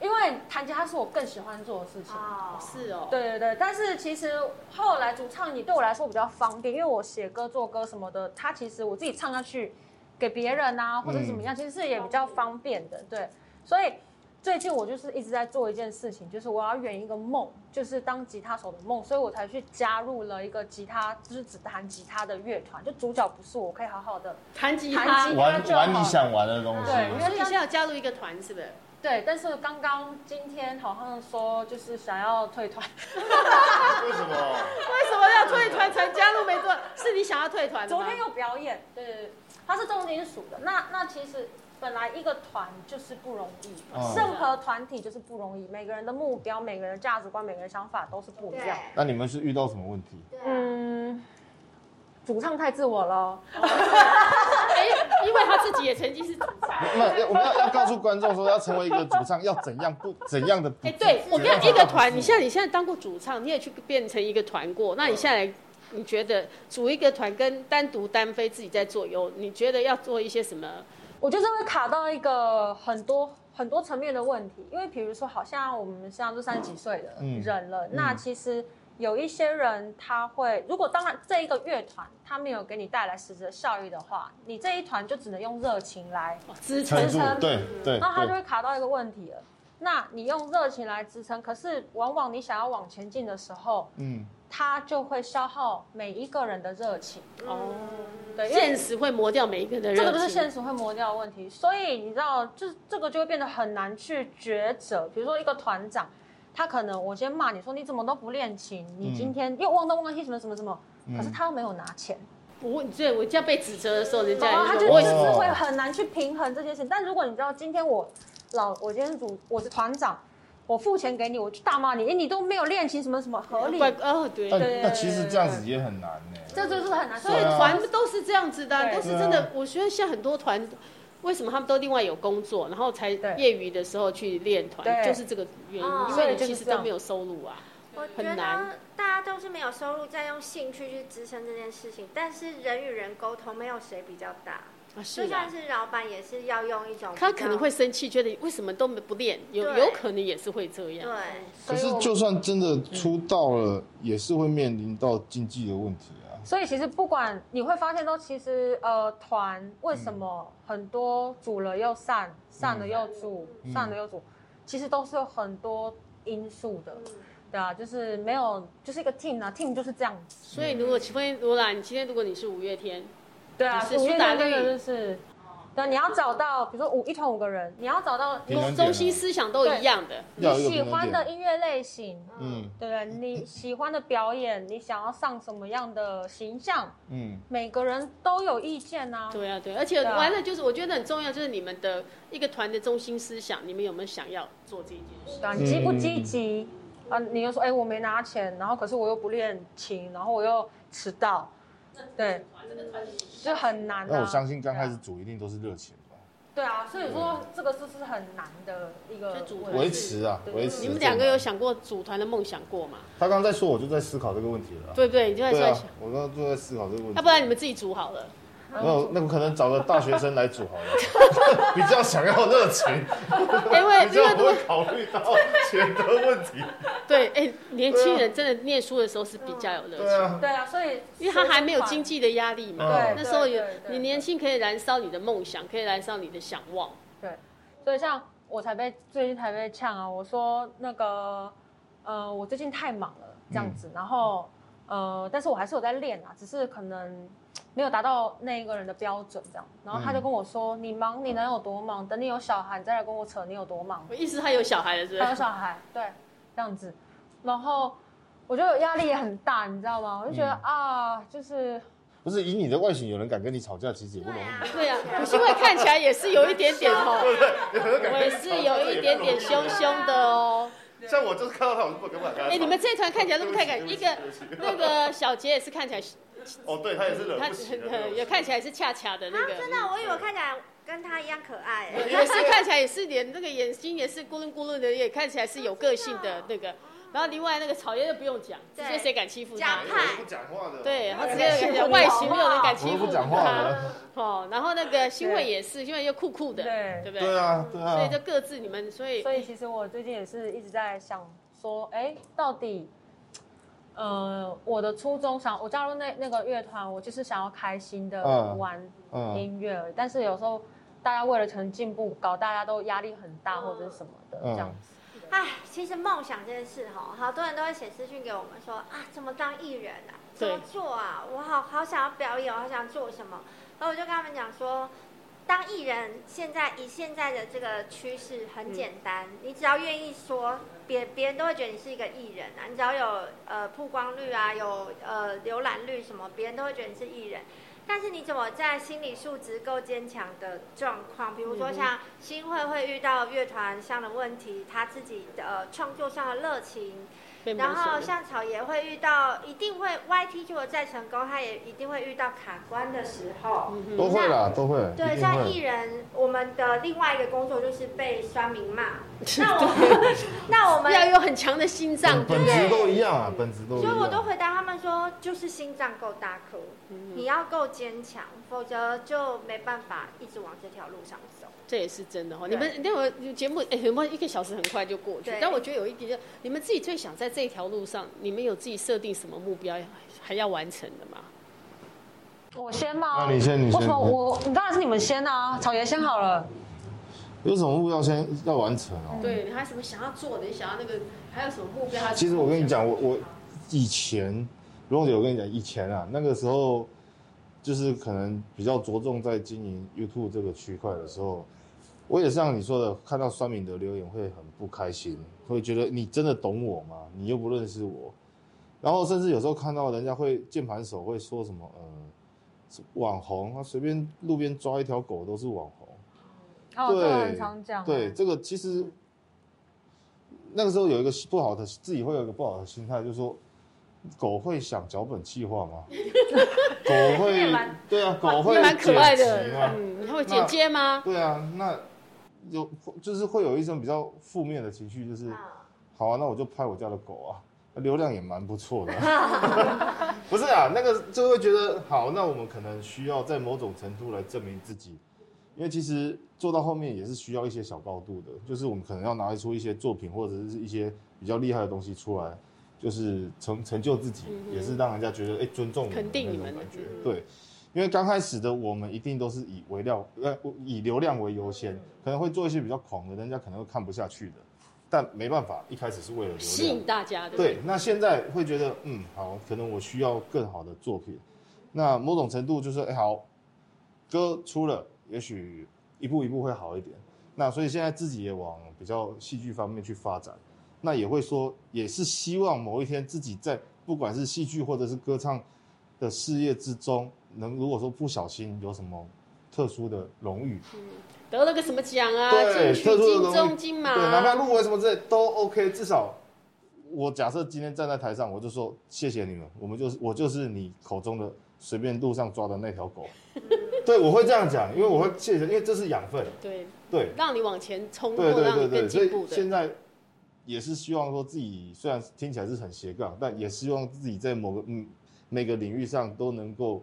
Speaker 4: 因为弹吉他是我更喜欢做的事情。
Speaker 3: 哦，
Speaker 1: 是哦，
Speaker 4: 对对对，但是其实后来主唱也对我来说比较方便，因为我写歌、做歌什么的，它其实我自己唱下去给别人啊，或者怎么样，其实是也比较方便的。对，所以最近我就是一直在做一件事情，就是我要圆一个梦，就是当吉他手的梦，所以我才去加入了一个吉他，就是只弹吉他的乐团，就主角不是我，我可以好好的
Speaker 1: 弹吉
Speaker 4: 弹
Speaker 1: 他
Speaker 4: 吉。
Speaker 2: 玩玩你想玩的东西。
Speaker 4: 对，因
Speaker 1: 所以
Speaker 4: 为
Speaker 1: 你现在要加入一个团，是不是？
Speaker 4: 对，但是刚刚今天好像说就是想要退团，
Speaker 2: 为什 么？
Speaker 1: 为什么要退团才加入？没错，是你想要退团的
Speaker 4: 昨
Speaker 1: 吗
Speaker 4: 天？有表演，嗯对对对，它是重金属的。那那其实本来一个团就是不容易，
Speaker 2: 嗯
Speaker 4: 任何团体就是不容易，每个人的目标、每个人的价值观、每个人想法都是不一样。
Speaker 2: 那你们是遇到什么问题？
Speaker 3: 对啊，
Speaker 4: 嗯，主唱太自我 了，哦
Speaker 1: 哎，因为他自己也曾经是主唱。
Speaker 2: 那我们要要告诉观众说，要成为一个主唱，要怎样 不怎样的不？
Speaker 1: 哎，对，我们要一个团。你现在你现在当过主唱，你也去变成一个团过。那你现在你觉得组一个团跟单独单飞自己在做有，你觉得要做一些什么？
Speaker 4: 我就是会卡到一个很多很多层面的问题，因为比如说，好像我们现在都三十几岁的
Speaker 2: 嗯
Speaker 4: 人了，那其实有一些人他会，如果当然这一个乐团他没有给你带来实质的效益的话，你这一团就只能用热情来
Speaker 1: 哦支
Speaker 2: 撑
Speaker 1: 撑
Speaker 2: 住，对对
Speaker 4: 那他就
Speaker 2: 对，
Speaker 4: 会卡到一个问题了。那你用热情来支撑，可是往往你想要往前进的时候，
Speaker 2: 嗯，
Speaker 4: 它就会消耗每一个人的热情。
Speaker 1: 哦，
Speaker 4: 对，因为
Speaker 1: 现实会磨掉每一个人的热
Speaker 4: 这
Speaker 1: 情。
Speaker 4: 个就是现实会磨掉的问题，所以你知道，就是这个就会变得很难去抉择。比如说一个团长，他可能我先骂你说你怎么都不练琴，
Speaker 1: 嗯
Speaker 4: 你今天又忘东忘西什么什么什么，可是他又没有拿钱，
Speaker 1: 我对我这样被指责的时候，人家也
Speaker 4: 哦，他就
Speaker 1: 说
Speaker 4: 就
Speaker 1: 我
Speaker 4: 是
Speaker 1: 也
Speaker 2: 哦
Speaker 4: 会很难去平衡这件事。但如果你知道今天我老我今天是主我是团长，我付钱给你，我就大骂你，哎，你都没有练琴什么什么合理，
Speaker 1: 怪哦，对，
Speaker 2: 但
Speaker 4: 对
Speaker 2: 那其实这样子也很难呢。
Speaker 4: 这就是很难。
Speaker 1: 所以
Speaker 2: 对啊
Speaker 1: 团都是这样子的啊，
Speaker 4: 对
Speaker 1: 都是真的。我觉得现在很多团，为什么他们都另外有工作，然后才
Speaker 4: 对
Speaker 1: 业余的时候去练团，
Speaker 4: 对
Speaker 1: 就是这个原
Speaker 3: 哦
Speaker 1: 因，因
Speaker 4: 所以
Speaker 1: 为你
Speaker 4: 就是
Speaker 1: 其实
Speaker 4: 这
Speaker 1: 都
Speaker 4: 样
Speaker 1: 没有收入啊。
Speaker 3: 我觉
Speaker 1: 很
Speaker 3: 得
Speaker 1: 难
Speaker 3: 大家都是没有收入，再用兴趣去支撑这件事情，但是人与人沟通，没有谁比较大。
Speaker 1: 啊
Speaker 3: 就是算
Speaker 1: 啊，
Speaker 3: 是老板也是要用一种比较，
Speaker 1: 他可能会生气，觉得为什么都没不练，有
Speaker 3: 对
Speaker 1: 有可能也是会这
Speaker 3: 对
Speaker 1: 样。
Speaker 2: 可是
Speaker 4: 所以我
Speaker 2: 就算真的出道了，也是会面临到经济的问题啊。
Speaker 4: 所以其实不管你会发现都，其实呃团为什么很多组了又散，散了又组，
Speaker 2: 嗯
Speaker 4: 散了又组，其实都是有很多因素的，对啊，就是没有就是一个 team 啊，team 就是这样子，
Speaker 1: 所以如果请问罗兰，你今天如果你是五月天，
Speaker 4: 对啊，
Speaker 1: 就是
Speaker 4: 五月
Speaker 1: 苏打
Speaker 4: 天这
Speaker 1: 绿
Speaker 4: 个就是，对，你要找到比如说五一团五个人，你要找到
Speaker 2: 平衡点啊
Speaker 1: 中心思想都一样的，
Speaker 4: 你
Speaker 2: 要有一个
Speaker 4: 喜
Speaker 2: 平衡
Speaker 4: 欢的
Speaker 2: 点。
Speaker 4: 音乐类型，
Speaker 2: 嗯
Speaker 4: 对不对？你喜欢的表演，你想要上什么样的形象，
Speaker 2: 嗯，
Speaker 4: 每个人都有意见呐、啊。
Speaker 1: 对啊，对，而且
Speaker 4: 对啊
Speaker 1: 完了就是我觉得很重要，就是你们的一个团的中心思想，你们有没有想要做这一件事？
Speaker 4: 对啊，你积不积极、
Speaker 2: 嗯
Speaker 4: 啊？你又说，哎、我没拿钱，然后可是我又不练琴，然后我又迟到，对，就很难、啊。
Speaker 2: 那我相信刚开始组一定都是热情吧，
Speaker 4: 对啊，所以说这个就是很难的一个
Speaker 1: 就组
Speaker 4: 问
Speaker 1: 对
Speaker 4: 题
Speaker 1: 合
Speaker 2: 维持啊，维持。
Speaker 1: 你们两个有？想过组团的梦想过吗？
Speaker 2: 他刚刚在说，我就在思考这个问题了啊。
Speaker 1: 对不对？你就在
Speaker 2: 对
Speaker 1: 在
Speaker 2: 啊
Speaker 1: 想，，
Speaker 2: 我刚刚就在思考这个问题。
Speaker 1: 要不然你们自己组好了。
Speaker 2: 没有，那我可能找个大学生来组好了， 比较想要热情，
Speaker 1: 因 为哎因为
Speaker 2: 比较
Speaker 1: 如
Speaker 2: 不
Speaker 1: 果
Speaker 2: 会考虑到钱的问 题。
Speaker 1: 对，哎，年轻人真的念书的时候是比较有热
Speaker 2: 对
Speaker 1: 情，
Speaker 2: 啊，
Speaker 4: 对啊，所以
Speaker 1: 因为他还没有经
Speaker 4: 济，
Speaker 1: 济的压力嘛。
Speaker 2: 嗯
Speaker 1: 那时候有
Speaker 4: 对对对
Speaker 1: 你年轻可以燃烧你的梦想，可以燃烧你的想望。
Speaker 4: 对，所以像我才被最近才被呛啊，我说那个呃，我最近太忙了这样子，然后呃，但是我还是有在练啊，只是可能没有达到那一个人的标准这样。然后他就跟我说：“你忙，你能有多忙？等你有小孩，你再来跟我扯你有多忙。
Speaker 1: 我意思他有小孩了，是不”
Speaker 4: 还有
Speaker 1: 是？
Speaker 4: 小孩，对，这样子，然后我就压力也很大，你知道吗？我就觉得、啊，就是
Speaker 2: 不是以你的外形，有人敢跟你吵架，其实也不容
Speaker 3: 对啊
Speaker 2: 易。，
Speaker 1: 对啊，我欣慰看起来也是有一点点 哦，
Speaker 2: 啊
Speaker 1: 我也是有一点点凶凶的哦。
Speaker 5: 像我就是看到他，我就不敢敢跟他吵。
Speaker 1: 哎，你们这一团看起来都不太敢，一
Speaker 5: 对不起对不
Speaker 1: 个
Speaker 5: 起对不起
Speaker 1: 那个小杰也是看起来，
Speaker 5: 哦，对他也是
Speaker 1: 他
Speaker 5: 忍不起的那
Speaker 1: 呃
Speaker 5: 种。
Speaker 1: 也看起来是恰恰的那
Speaker 3: 啊，
Speaker 1: 个，
Speaker 3: 真的，我以为看起来跟他一样可爱、欸。
Speaker 1: 也是看起来也是脸那个眼睛也是咕噜咕噜的，也看起来是有个性的那个。然后另外那个草原就不用讲，直
Speaker 3: 对
Speaker 1: 接谁敢欺负
Speaker 3: 讲
Speaker 1: 他？
Speaker 3: 派
Speaker 5: 不讲话的。
Speaker 1: 对，他直
Speaker 4: 哎
Speaker 1: 接
Speaker 4: 欺负你
Speaker 1: 外
Speaker 4: 好
Speaker 1: 形
Speaker 4: 不
Speaker 1: 没有人
Speaker 4: 好
Speaker 1: 敢欺
Speaker 2: 我
Speaker 1: 负
Speaker 2: 不讲话
Speaker 1: 他。
Speaker 2: 了。
Speaker 1: 哦，然后那个新会
Speaker 4: 对
Speaker 1: 也是，新会又酷酷的，
Speaker 4: 对
Speaker 1: 对不
Speaker 2: 对
Speaker 1: 对？
Speaker 2: 啊，对
Speaker 1: 所以
Speaker 2: 啊
Speaker 1: 就。各自你们，所以
Speaker 4: 所以其实我最近也是一直在想说，哎、到底，呃，我的初衷想我加入那那个乐团，我就是想要开心的
Speaker 2: 嗯
Speaker 4: 玩
Speaker 2: 嗯
Speaker 4: 音乐而已、但是有时候大家为了成进步，搞大家都压力很大或者是什么的、这样
Speaker 2: 嗯，
Speaker 4: 子。
Speaker 3: 哎，其实梦想这件事哈，好多人都会写私讯给我们说啊，怎么当艺人啊，怎么
Speaker 1: 对
Speaker 3: 做啊，我好好想要表演，我好想做什么。然后我就跟他们讲说，当艺人现在以现在的这个趋势很简单，你只要愿意说，别别人都会觉得你是一个艺人啊，你只要有呃曝光率啊，有呃浏览率什么，别人都会觉得你是艺人。但是你怎么在心理素质够坚强的状况，比如
Speaker 1: 嗯
Speaker 3: 说像新会会遇到乐团上的问题，他自己的呃创作上的热情，
Speaker 1: 被磨
Speaker 3: 然
Speaker 1: 损
Speaker 3: 后
Speaker 1: 了
Speaker 3: 像草爷会遇到，一定会 YT 如果再成功，他也一定会遇到卡关的时候。
Speaker 1: 嗯哼
Speaker 2: 都会啦，都会。一
Speaker 3: 对，
Speaker 2: 定
Speaker 3: 像
Speaker 2: 会
Speaker 3: 艺人，我们的另外一个工作就是被酸民 骂。那我，那我们
Speaker 1: 要有很强的心脏，
Speaker 2: 本质都一样啊，本质都一
Speaker 3: 所以
Speaker 2: 样。
Speaker 3: 我都回答他们说，就是心脏够大颗，你要够坚强，否则就没办法一直往这条路上走。
Speaker 1: 这也是真的哈。
Speaker 3: 对
Speaker 1: 你们那会儿节目，哎，有没有一个小时很快就过去
Speaker 3: 对？
Speaker 1: 但我觉得有一点，就你们自己最想在这一条路上，你们有自己设定什么目标还要完成的吗？
Speaker 4: 嗯我先吗？
Speaker 2: 那你先你先你
Speaker 4: 为什么
Speaker 2: 先
Speaker 4: 我？你当然是你们先啊，草爷先好了。
Speaker 2: 有什么目标先要完成哦？
Speaker 1: 对，你还有什么想要做的？你想要那个，还有什么目标？还有
Speaker 2: 其实我跟你讲，我我以前，如姐，我跟你讲，以前啊，那个时候就是可能比较着重在经营 YouTube 这个区块的时候，我也像你说的，看到酸敏的留言会很不开心，会觉得你真的懂我吗？你又不认识我，然后甚至有时候看到人家会键盘手会说什么呃网红，他随便路边抓一条狗都是网红。
Speaker 4: 哦，这个很常讲。
Speaker 1: 啊
Speaker 2: 对，这个其实那个时候有一个不好的，自己会有一个不好的心态，就是说狗会想脚本计划 吗？狗会对啊，狗会
Speaker 1: 也蛮可爱
Speaker 2: 剪辑
Speaker 1: 的
Speaker 2: 吗，
Speaker 1: 嗯，他会剪接吗？
Speaker 2: 对啊，那有就是会有一种比较负面的情绪，就是
Speaker 3: 啊，
Speaker 2: 好啊，那我就拍我家的狗啊，流量也蛮不错的。 不是啊，那个就会觉得好，那我们可能需要在某种程度来证明自己，因为其实做到后面也是需要一些小高度的，就是我们可能要拿出一些作品或者是一些比较厉害的东西出来，就是成成就自己，也是让人家觉得哎、尊重我
Speaker 1: 肯定
Speaker 2: 那
Speaker 1: 你
Speaker 2: 种
Speaker 1: 们
Speaker 2: 感觉
Speaker 1: 嗯。
Speaker 2: 对，因为刚开始的我们一定都是以为料呃以流量为优先，可能会做一些比较狂的，人家可能会看不下去的，但没办法，一开始是为了
Speaker 1: 吸
Speaker 2: 流量
Speaker 1: 引。大家，对不
Speaker 2: 对，那现在会觉得，嗯，好，可能我需要更好的作品。那某种程度就是，哎、好，歌出了，也许一步一步会好一点。那所以现在自己也往比较戏剧方面去发展，那也会说，也是希望某一天自己在不管是戏剧或者是歌唱的事业之中，能如果说不小心有什么特殊的荣誉，
Speaker 1: 得了个什么奖啊，金
Speaker 2: 对，
Speaker 1: 曲、
Speaker 2: 特殊的
Speaker 1: 金
Speaker 2: 荣誉
Speaker 1: 钟、金马，
Speaker 2: 对，哪怕入围什么之类都 OK，至少我假设今天站在台上，我就说谢谢你们，我们就是我就是你口中的随便路上抓的那 条狗，对，我会这样讲，因为我会谢谢，因为这是养分，
Speaker 1: 对，
Speaker 2: 对，
Speaker 1: 让你往前冲，
Speaker 2: 对
Speaker 1: 或
Speaker 2: 对
Speaker 1: 嗯让
Speaker 2: 对
Speaker 1: 你
Speaker 2: 对，
Speaker 1: 更
Speaker 2: 所
Speaker 1: 进
Speaker 2: 以
Speaker 1: 步的
Speaker 2: 现。在也是希望说自己虽然听起来是很斜杠，但也希望自己在某个嗯每个领域上都能够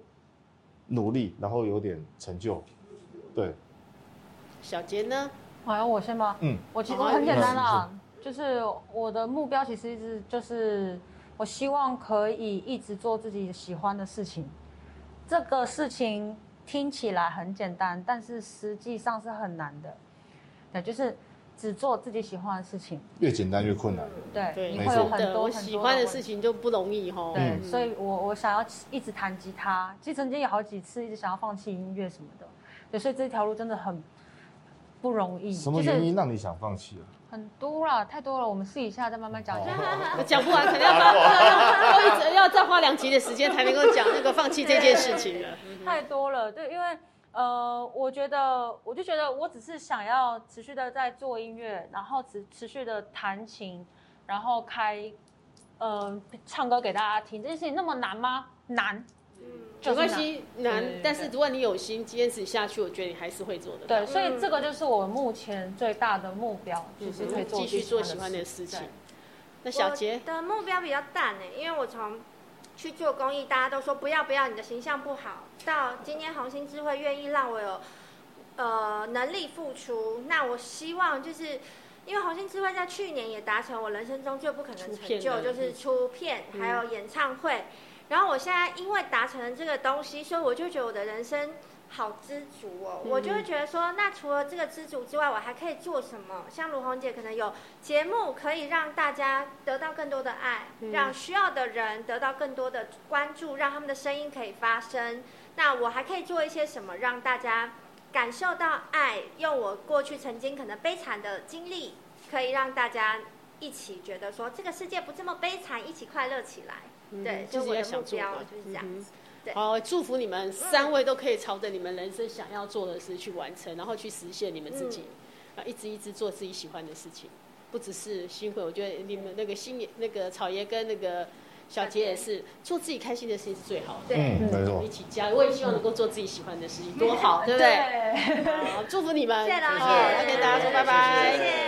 Speaker 2: 努力，然后有点成就，对，
Speaker 1: 小杰呢？
Speaker 4: 好，像我先吗？
Speaker 2: 嗯，
Speaker 4: 我其实
Speaker 1: 好啊
Speaker 4: 很简单啦
Speaker 2: 嗯，
Speaker 4: 就是我的目标其实一直就是，我希望可以一直做自己喜欢的事情。这个事情听起来很简单，但是实际上是很难的。对，就是只做自己喜欢的事情。
Speaker 2: 越简单越困难，
Speaker 4: 对，
Speaker 1: 对，
Speaker 4: 你
Speaker 2: 没
Speaker 4: 会
Speaker 2: 错
Speaker 4: 有
Speaker 1: 真
Speaker 4: 很
Speaker 1: 的，
Speaker 4: 多
Speaker 1: 我
Speaker 4: 很多
Speaker 1: 喜欢的
Speaker 4: 问
Speaker 1: 事
Speaker 4: 题
Speaker 1: 情就不容易吼。
Speaker 4: 对，
Speaker 2: 嗯
Speaker 4: 所以我我想要一直弹吉他，其实曾经有好几次一直想要放弃音乐什么的，对，所以这条路真的很不容易，
Speaker 2: 什么
Speaker 4: 就
Speaker 2: 原
Speaker 4: 是
Speaker 2: 因让你想放弃啊？
Speaker 4: 很多啦，太多了，我们私底下再慢慢
Speaker 1: 哦
Speaker 4: 讲。
Speaker 1: 我讲不完，可能要发要要一直要再花两集的时间才能够讲那个放弃这件事情
Speaker 2: 啊
Speaker 1: 了。
Speaker 4: 太多了，对，因为呃，我觉得我就觉得我只是想要持续的在做音乐，然后持持续的弹琴，然后开呃唱歌给大家听，这件事情那么难吗？难，
Speaker 1: 没
Speaker 4: 就是
Speaker 1: 关
Speaker 4: 难
Speaker 1: 系，
Speaker 4: 对
Speaker 2: 嗯
Speaker 1: 难
Speaker 4: 对，
Speaker 1: 但是如果你有心坚持下去，我觉得你还是会做的。
Speaker 4: 对，所以这个就是我目前最大的目标，就是可以
Speaker 1: 嗯
Speaker 4: 做
Speaker 1: 继续做喜欢的
Speaker 4: 事
Speaker 1: 事
Speaker 4: 情
Speaker 1: 情。那小杰
Speaker 3: 我，的目标比较淡呢、因为我从去做公益，大家都说不要不要，你的形象不好，到今天红星智慧愿意让我有呃能力付出，那我希望就是。因为红星智慧在去年也达成我人生中最不可能
Speaker 1: 出
Speaker 3: 成
Speaker 1: 片
Speaker 3: 就，
Speaker 1: 了
Speaker 3: 就是出片，
Speaker 1: 嗯
Speaker 3: 还有演唱会。然后我现在因为达成了这个东西，所以我就觉得我的人生好知足哦。
Speaker 1: 嗯
Speaker 3: 我就会觉得说，那除了这个知足之外，我还可以做什么？像卢红姐可能有节目可以让大家得到更多的爱，
Speaker 1: 嗯
Speaker 3: 让需要的人得到更多的关注，让他们的声音可以发声。那我还可以做一些什么，让大家感受到爱？用我过去曾经可能悲惨的经历，可以让大家一起觉得说，这个世界不这么悲惨，一起快乐起来。
Speaker 1: 嗯
Speaker 3: 对，
Speaker 1: 就
Speaker 3: 就是我
Speaker 1: 要
Speaker 3: 的
Speaker 1: 想
Speaker 3: 目
Speaker 1: 做
Speaker 3: 标
Speaker 1: 的
Speaker 3: 就是这样。
Speaker 1: 嗯哼
Speaker 3: 对
Speaker 1: 好，祝福你们三位都可以朝着你们人生想要做的事去完成，然后去实现你们自己，啊，一直一直做自己喜欢的事情，不只是新会，我觉得你们那个星爷、那个草爷跟那个小杰也是做自己开心的事情是最好的。
Speaker 3: 对，
Speaker 2: 嗯没
Speaker 1: 我
Speaker 2: 错
Speaker 1: 们一。起加油，我也希望能够做自己喜欢的事情，多好，对不对？
Speaker 4: 对。
Speaker 1: 好，祝福你们，
Speaker 3: 谢谢老师
Speaker 1: 好，要跟大家说拜拜。
Speaker 3: 谢谢。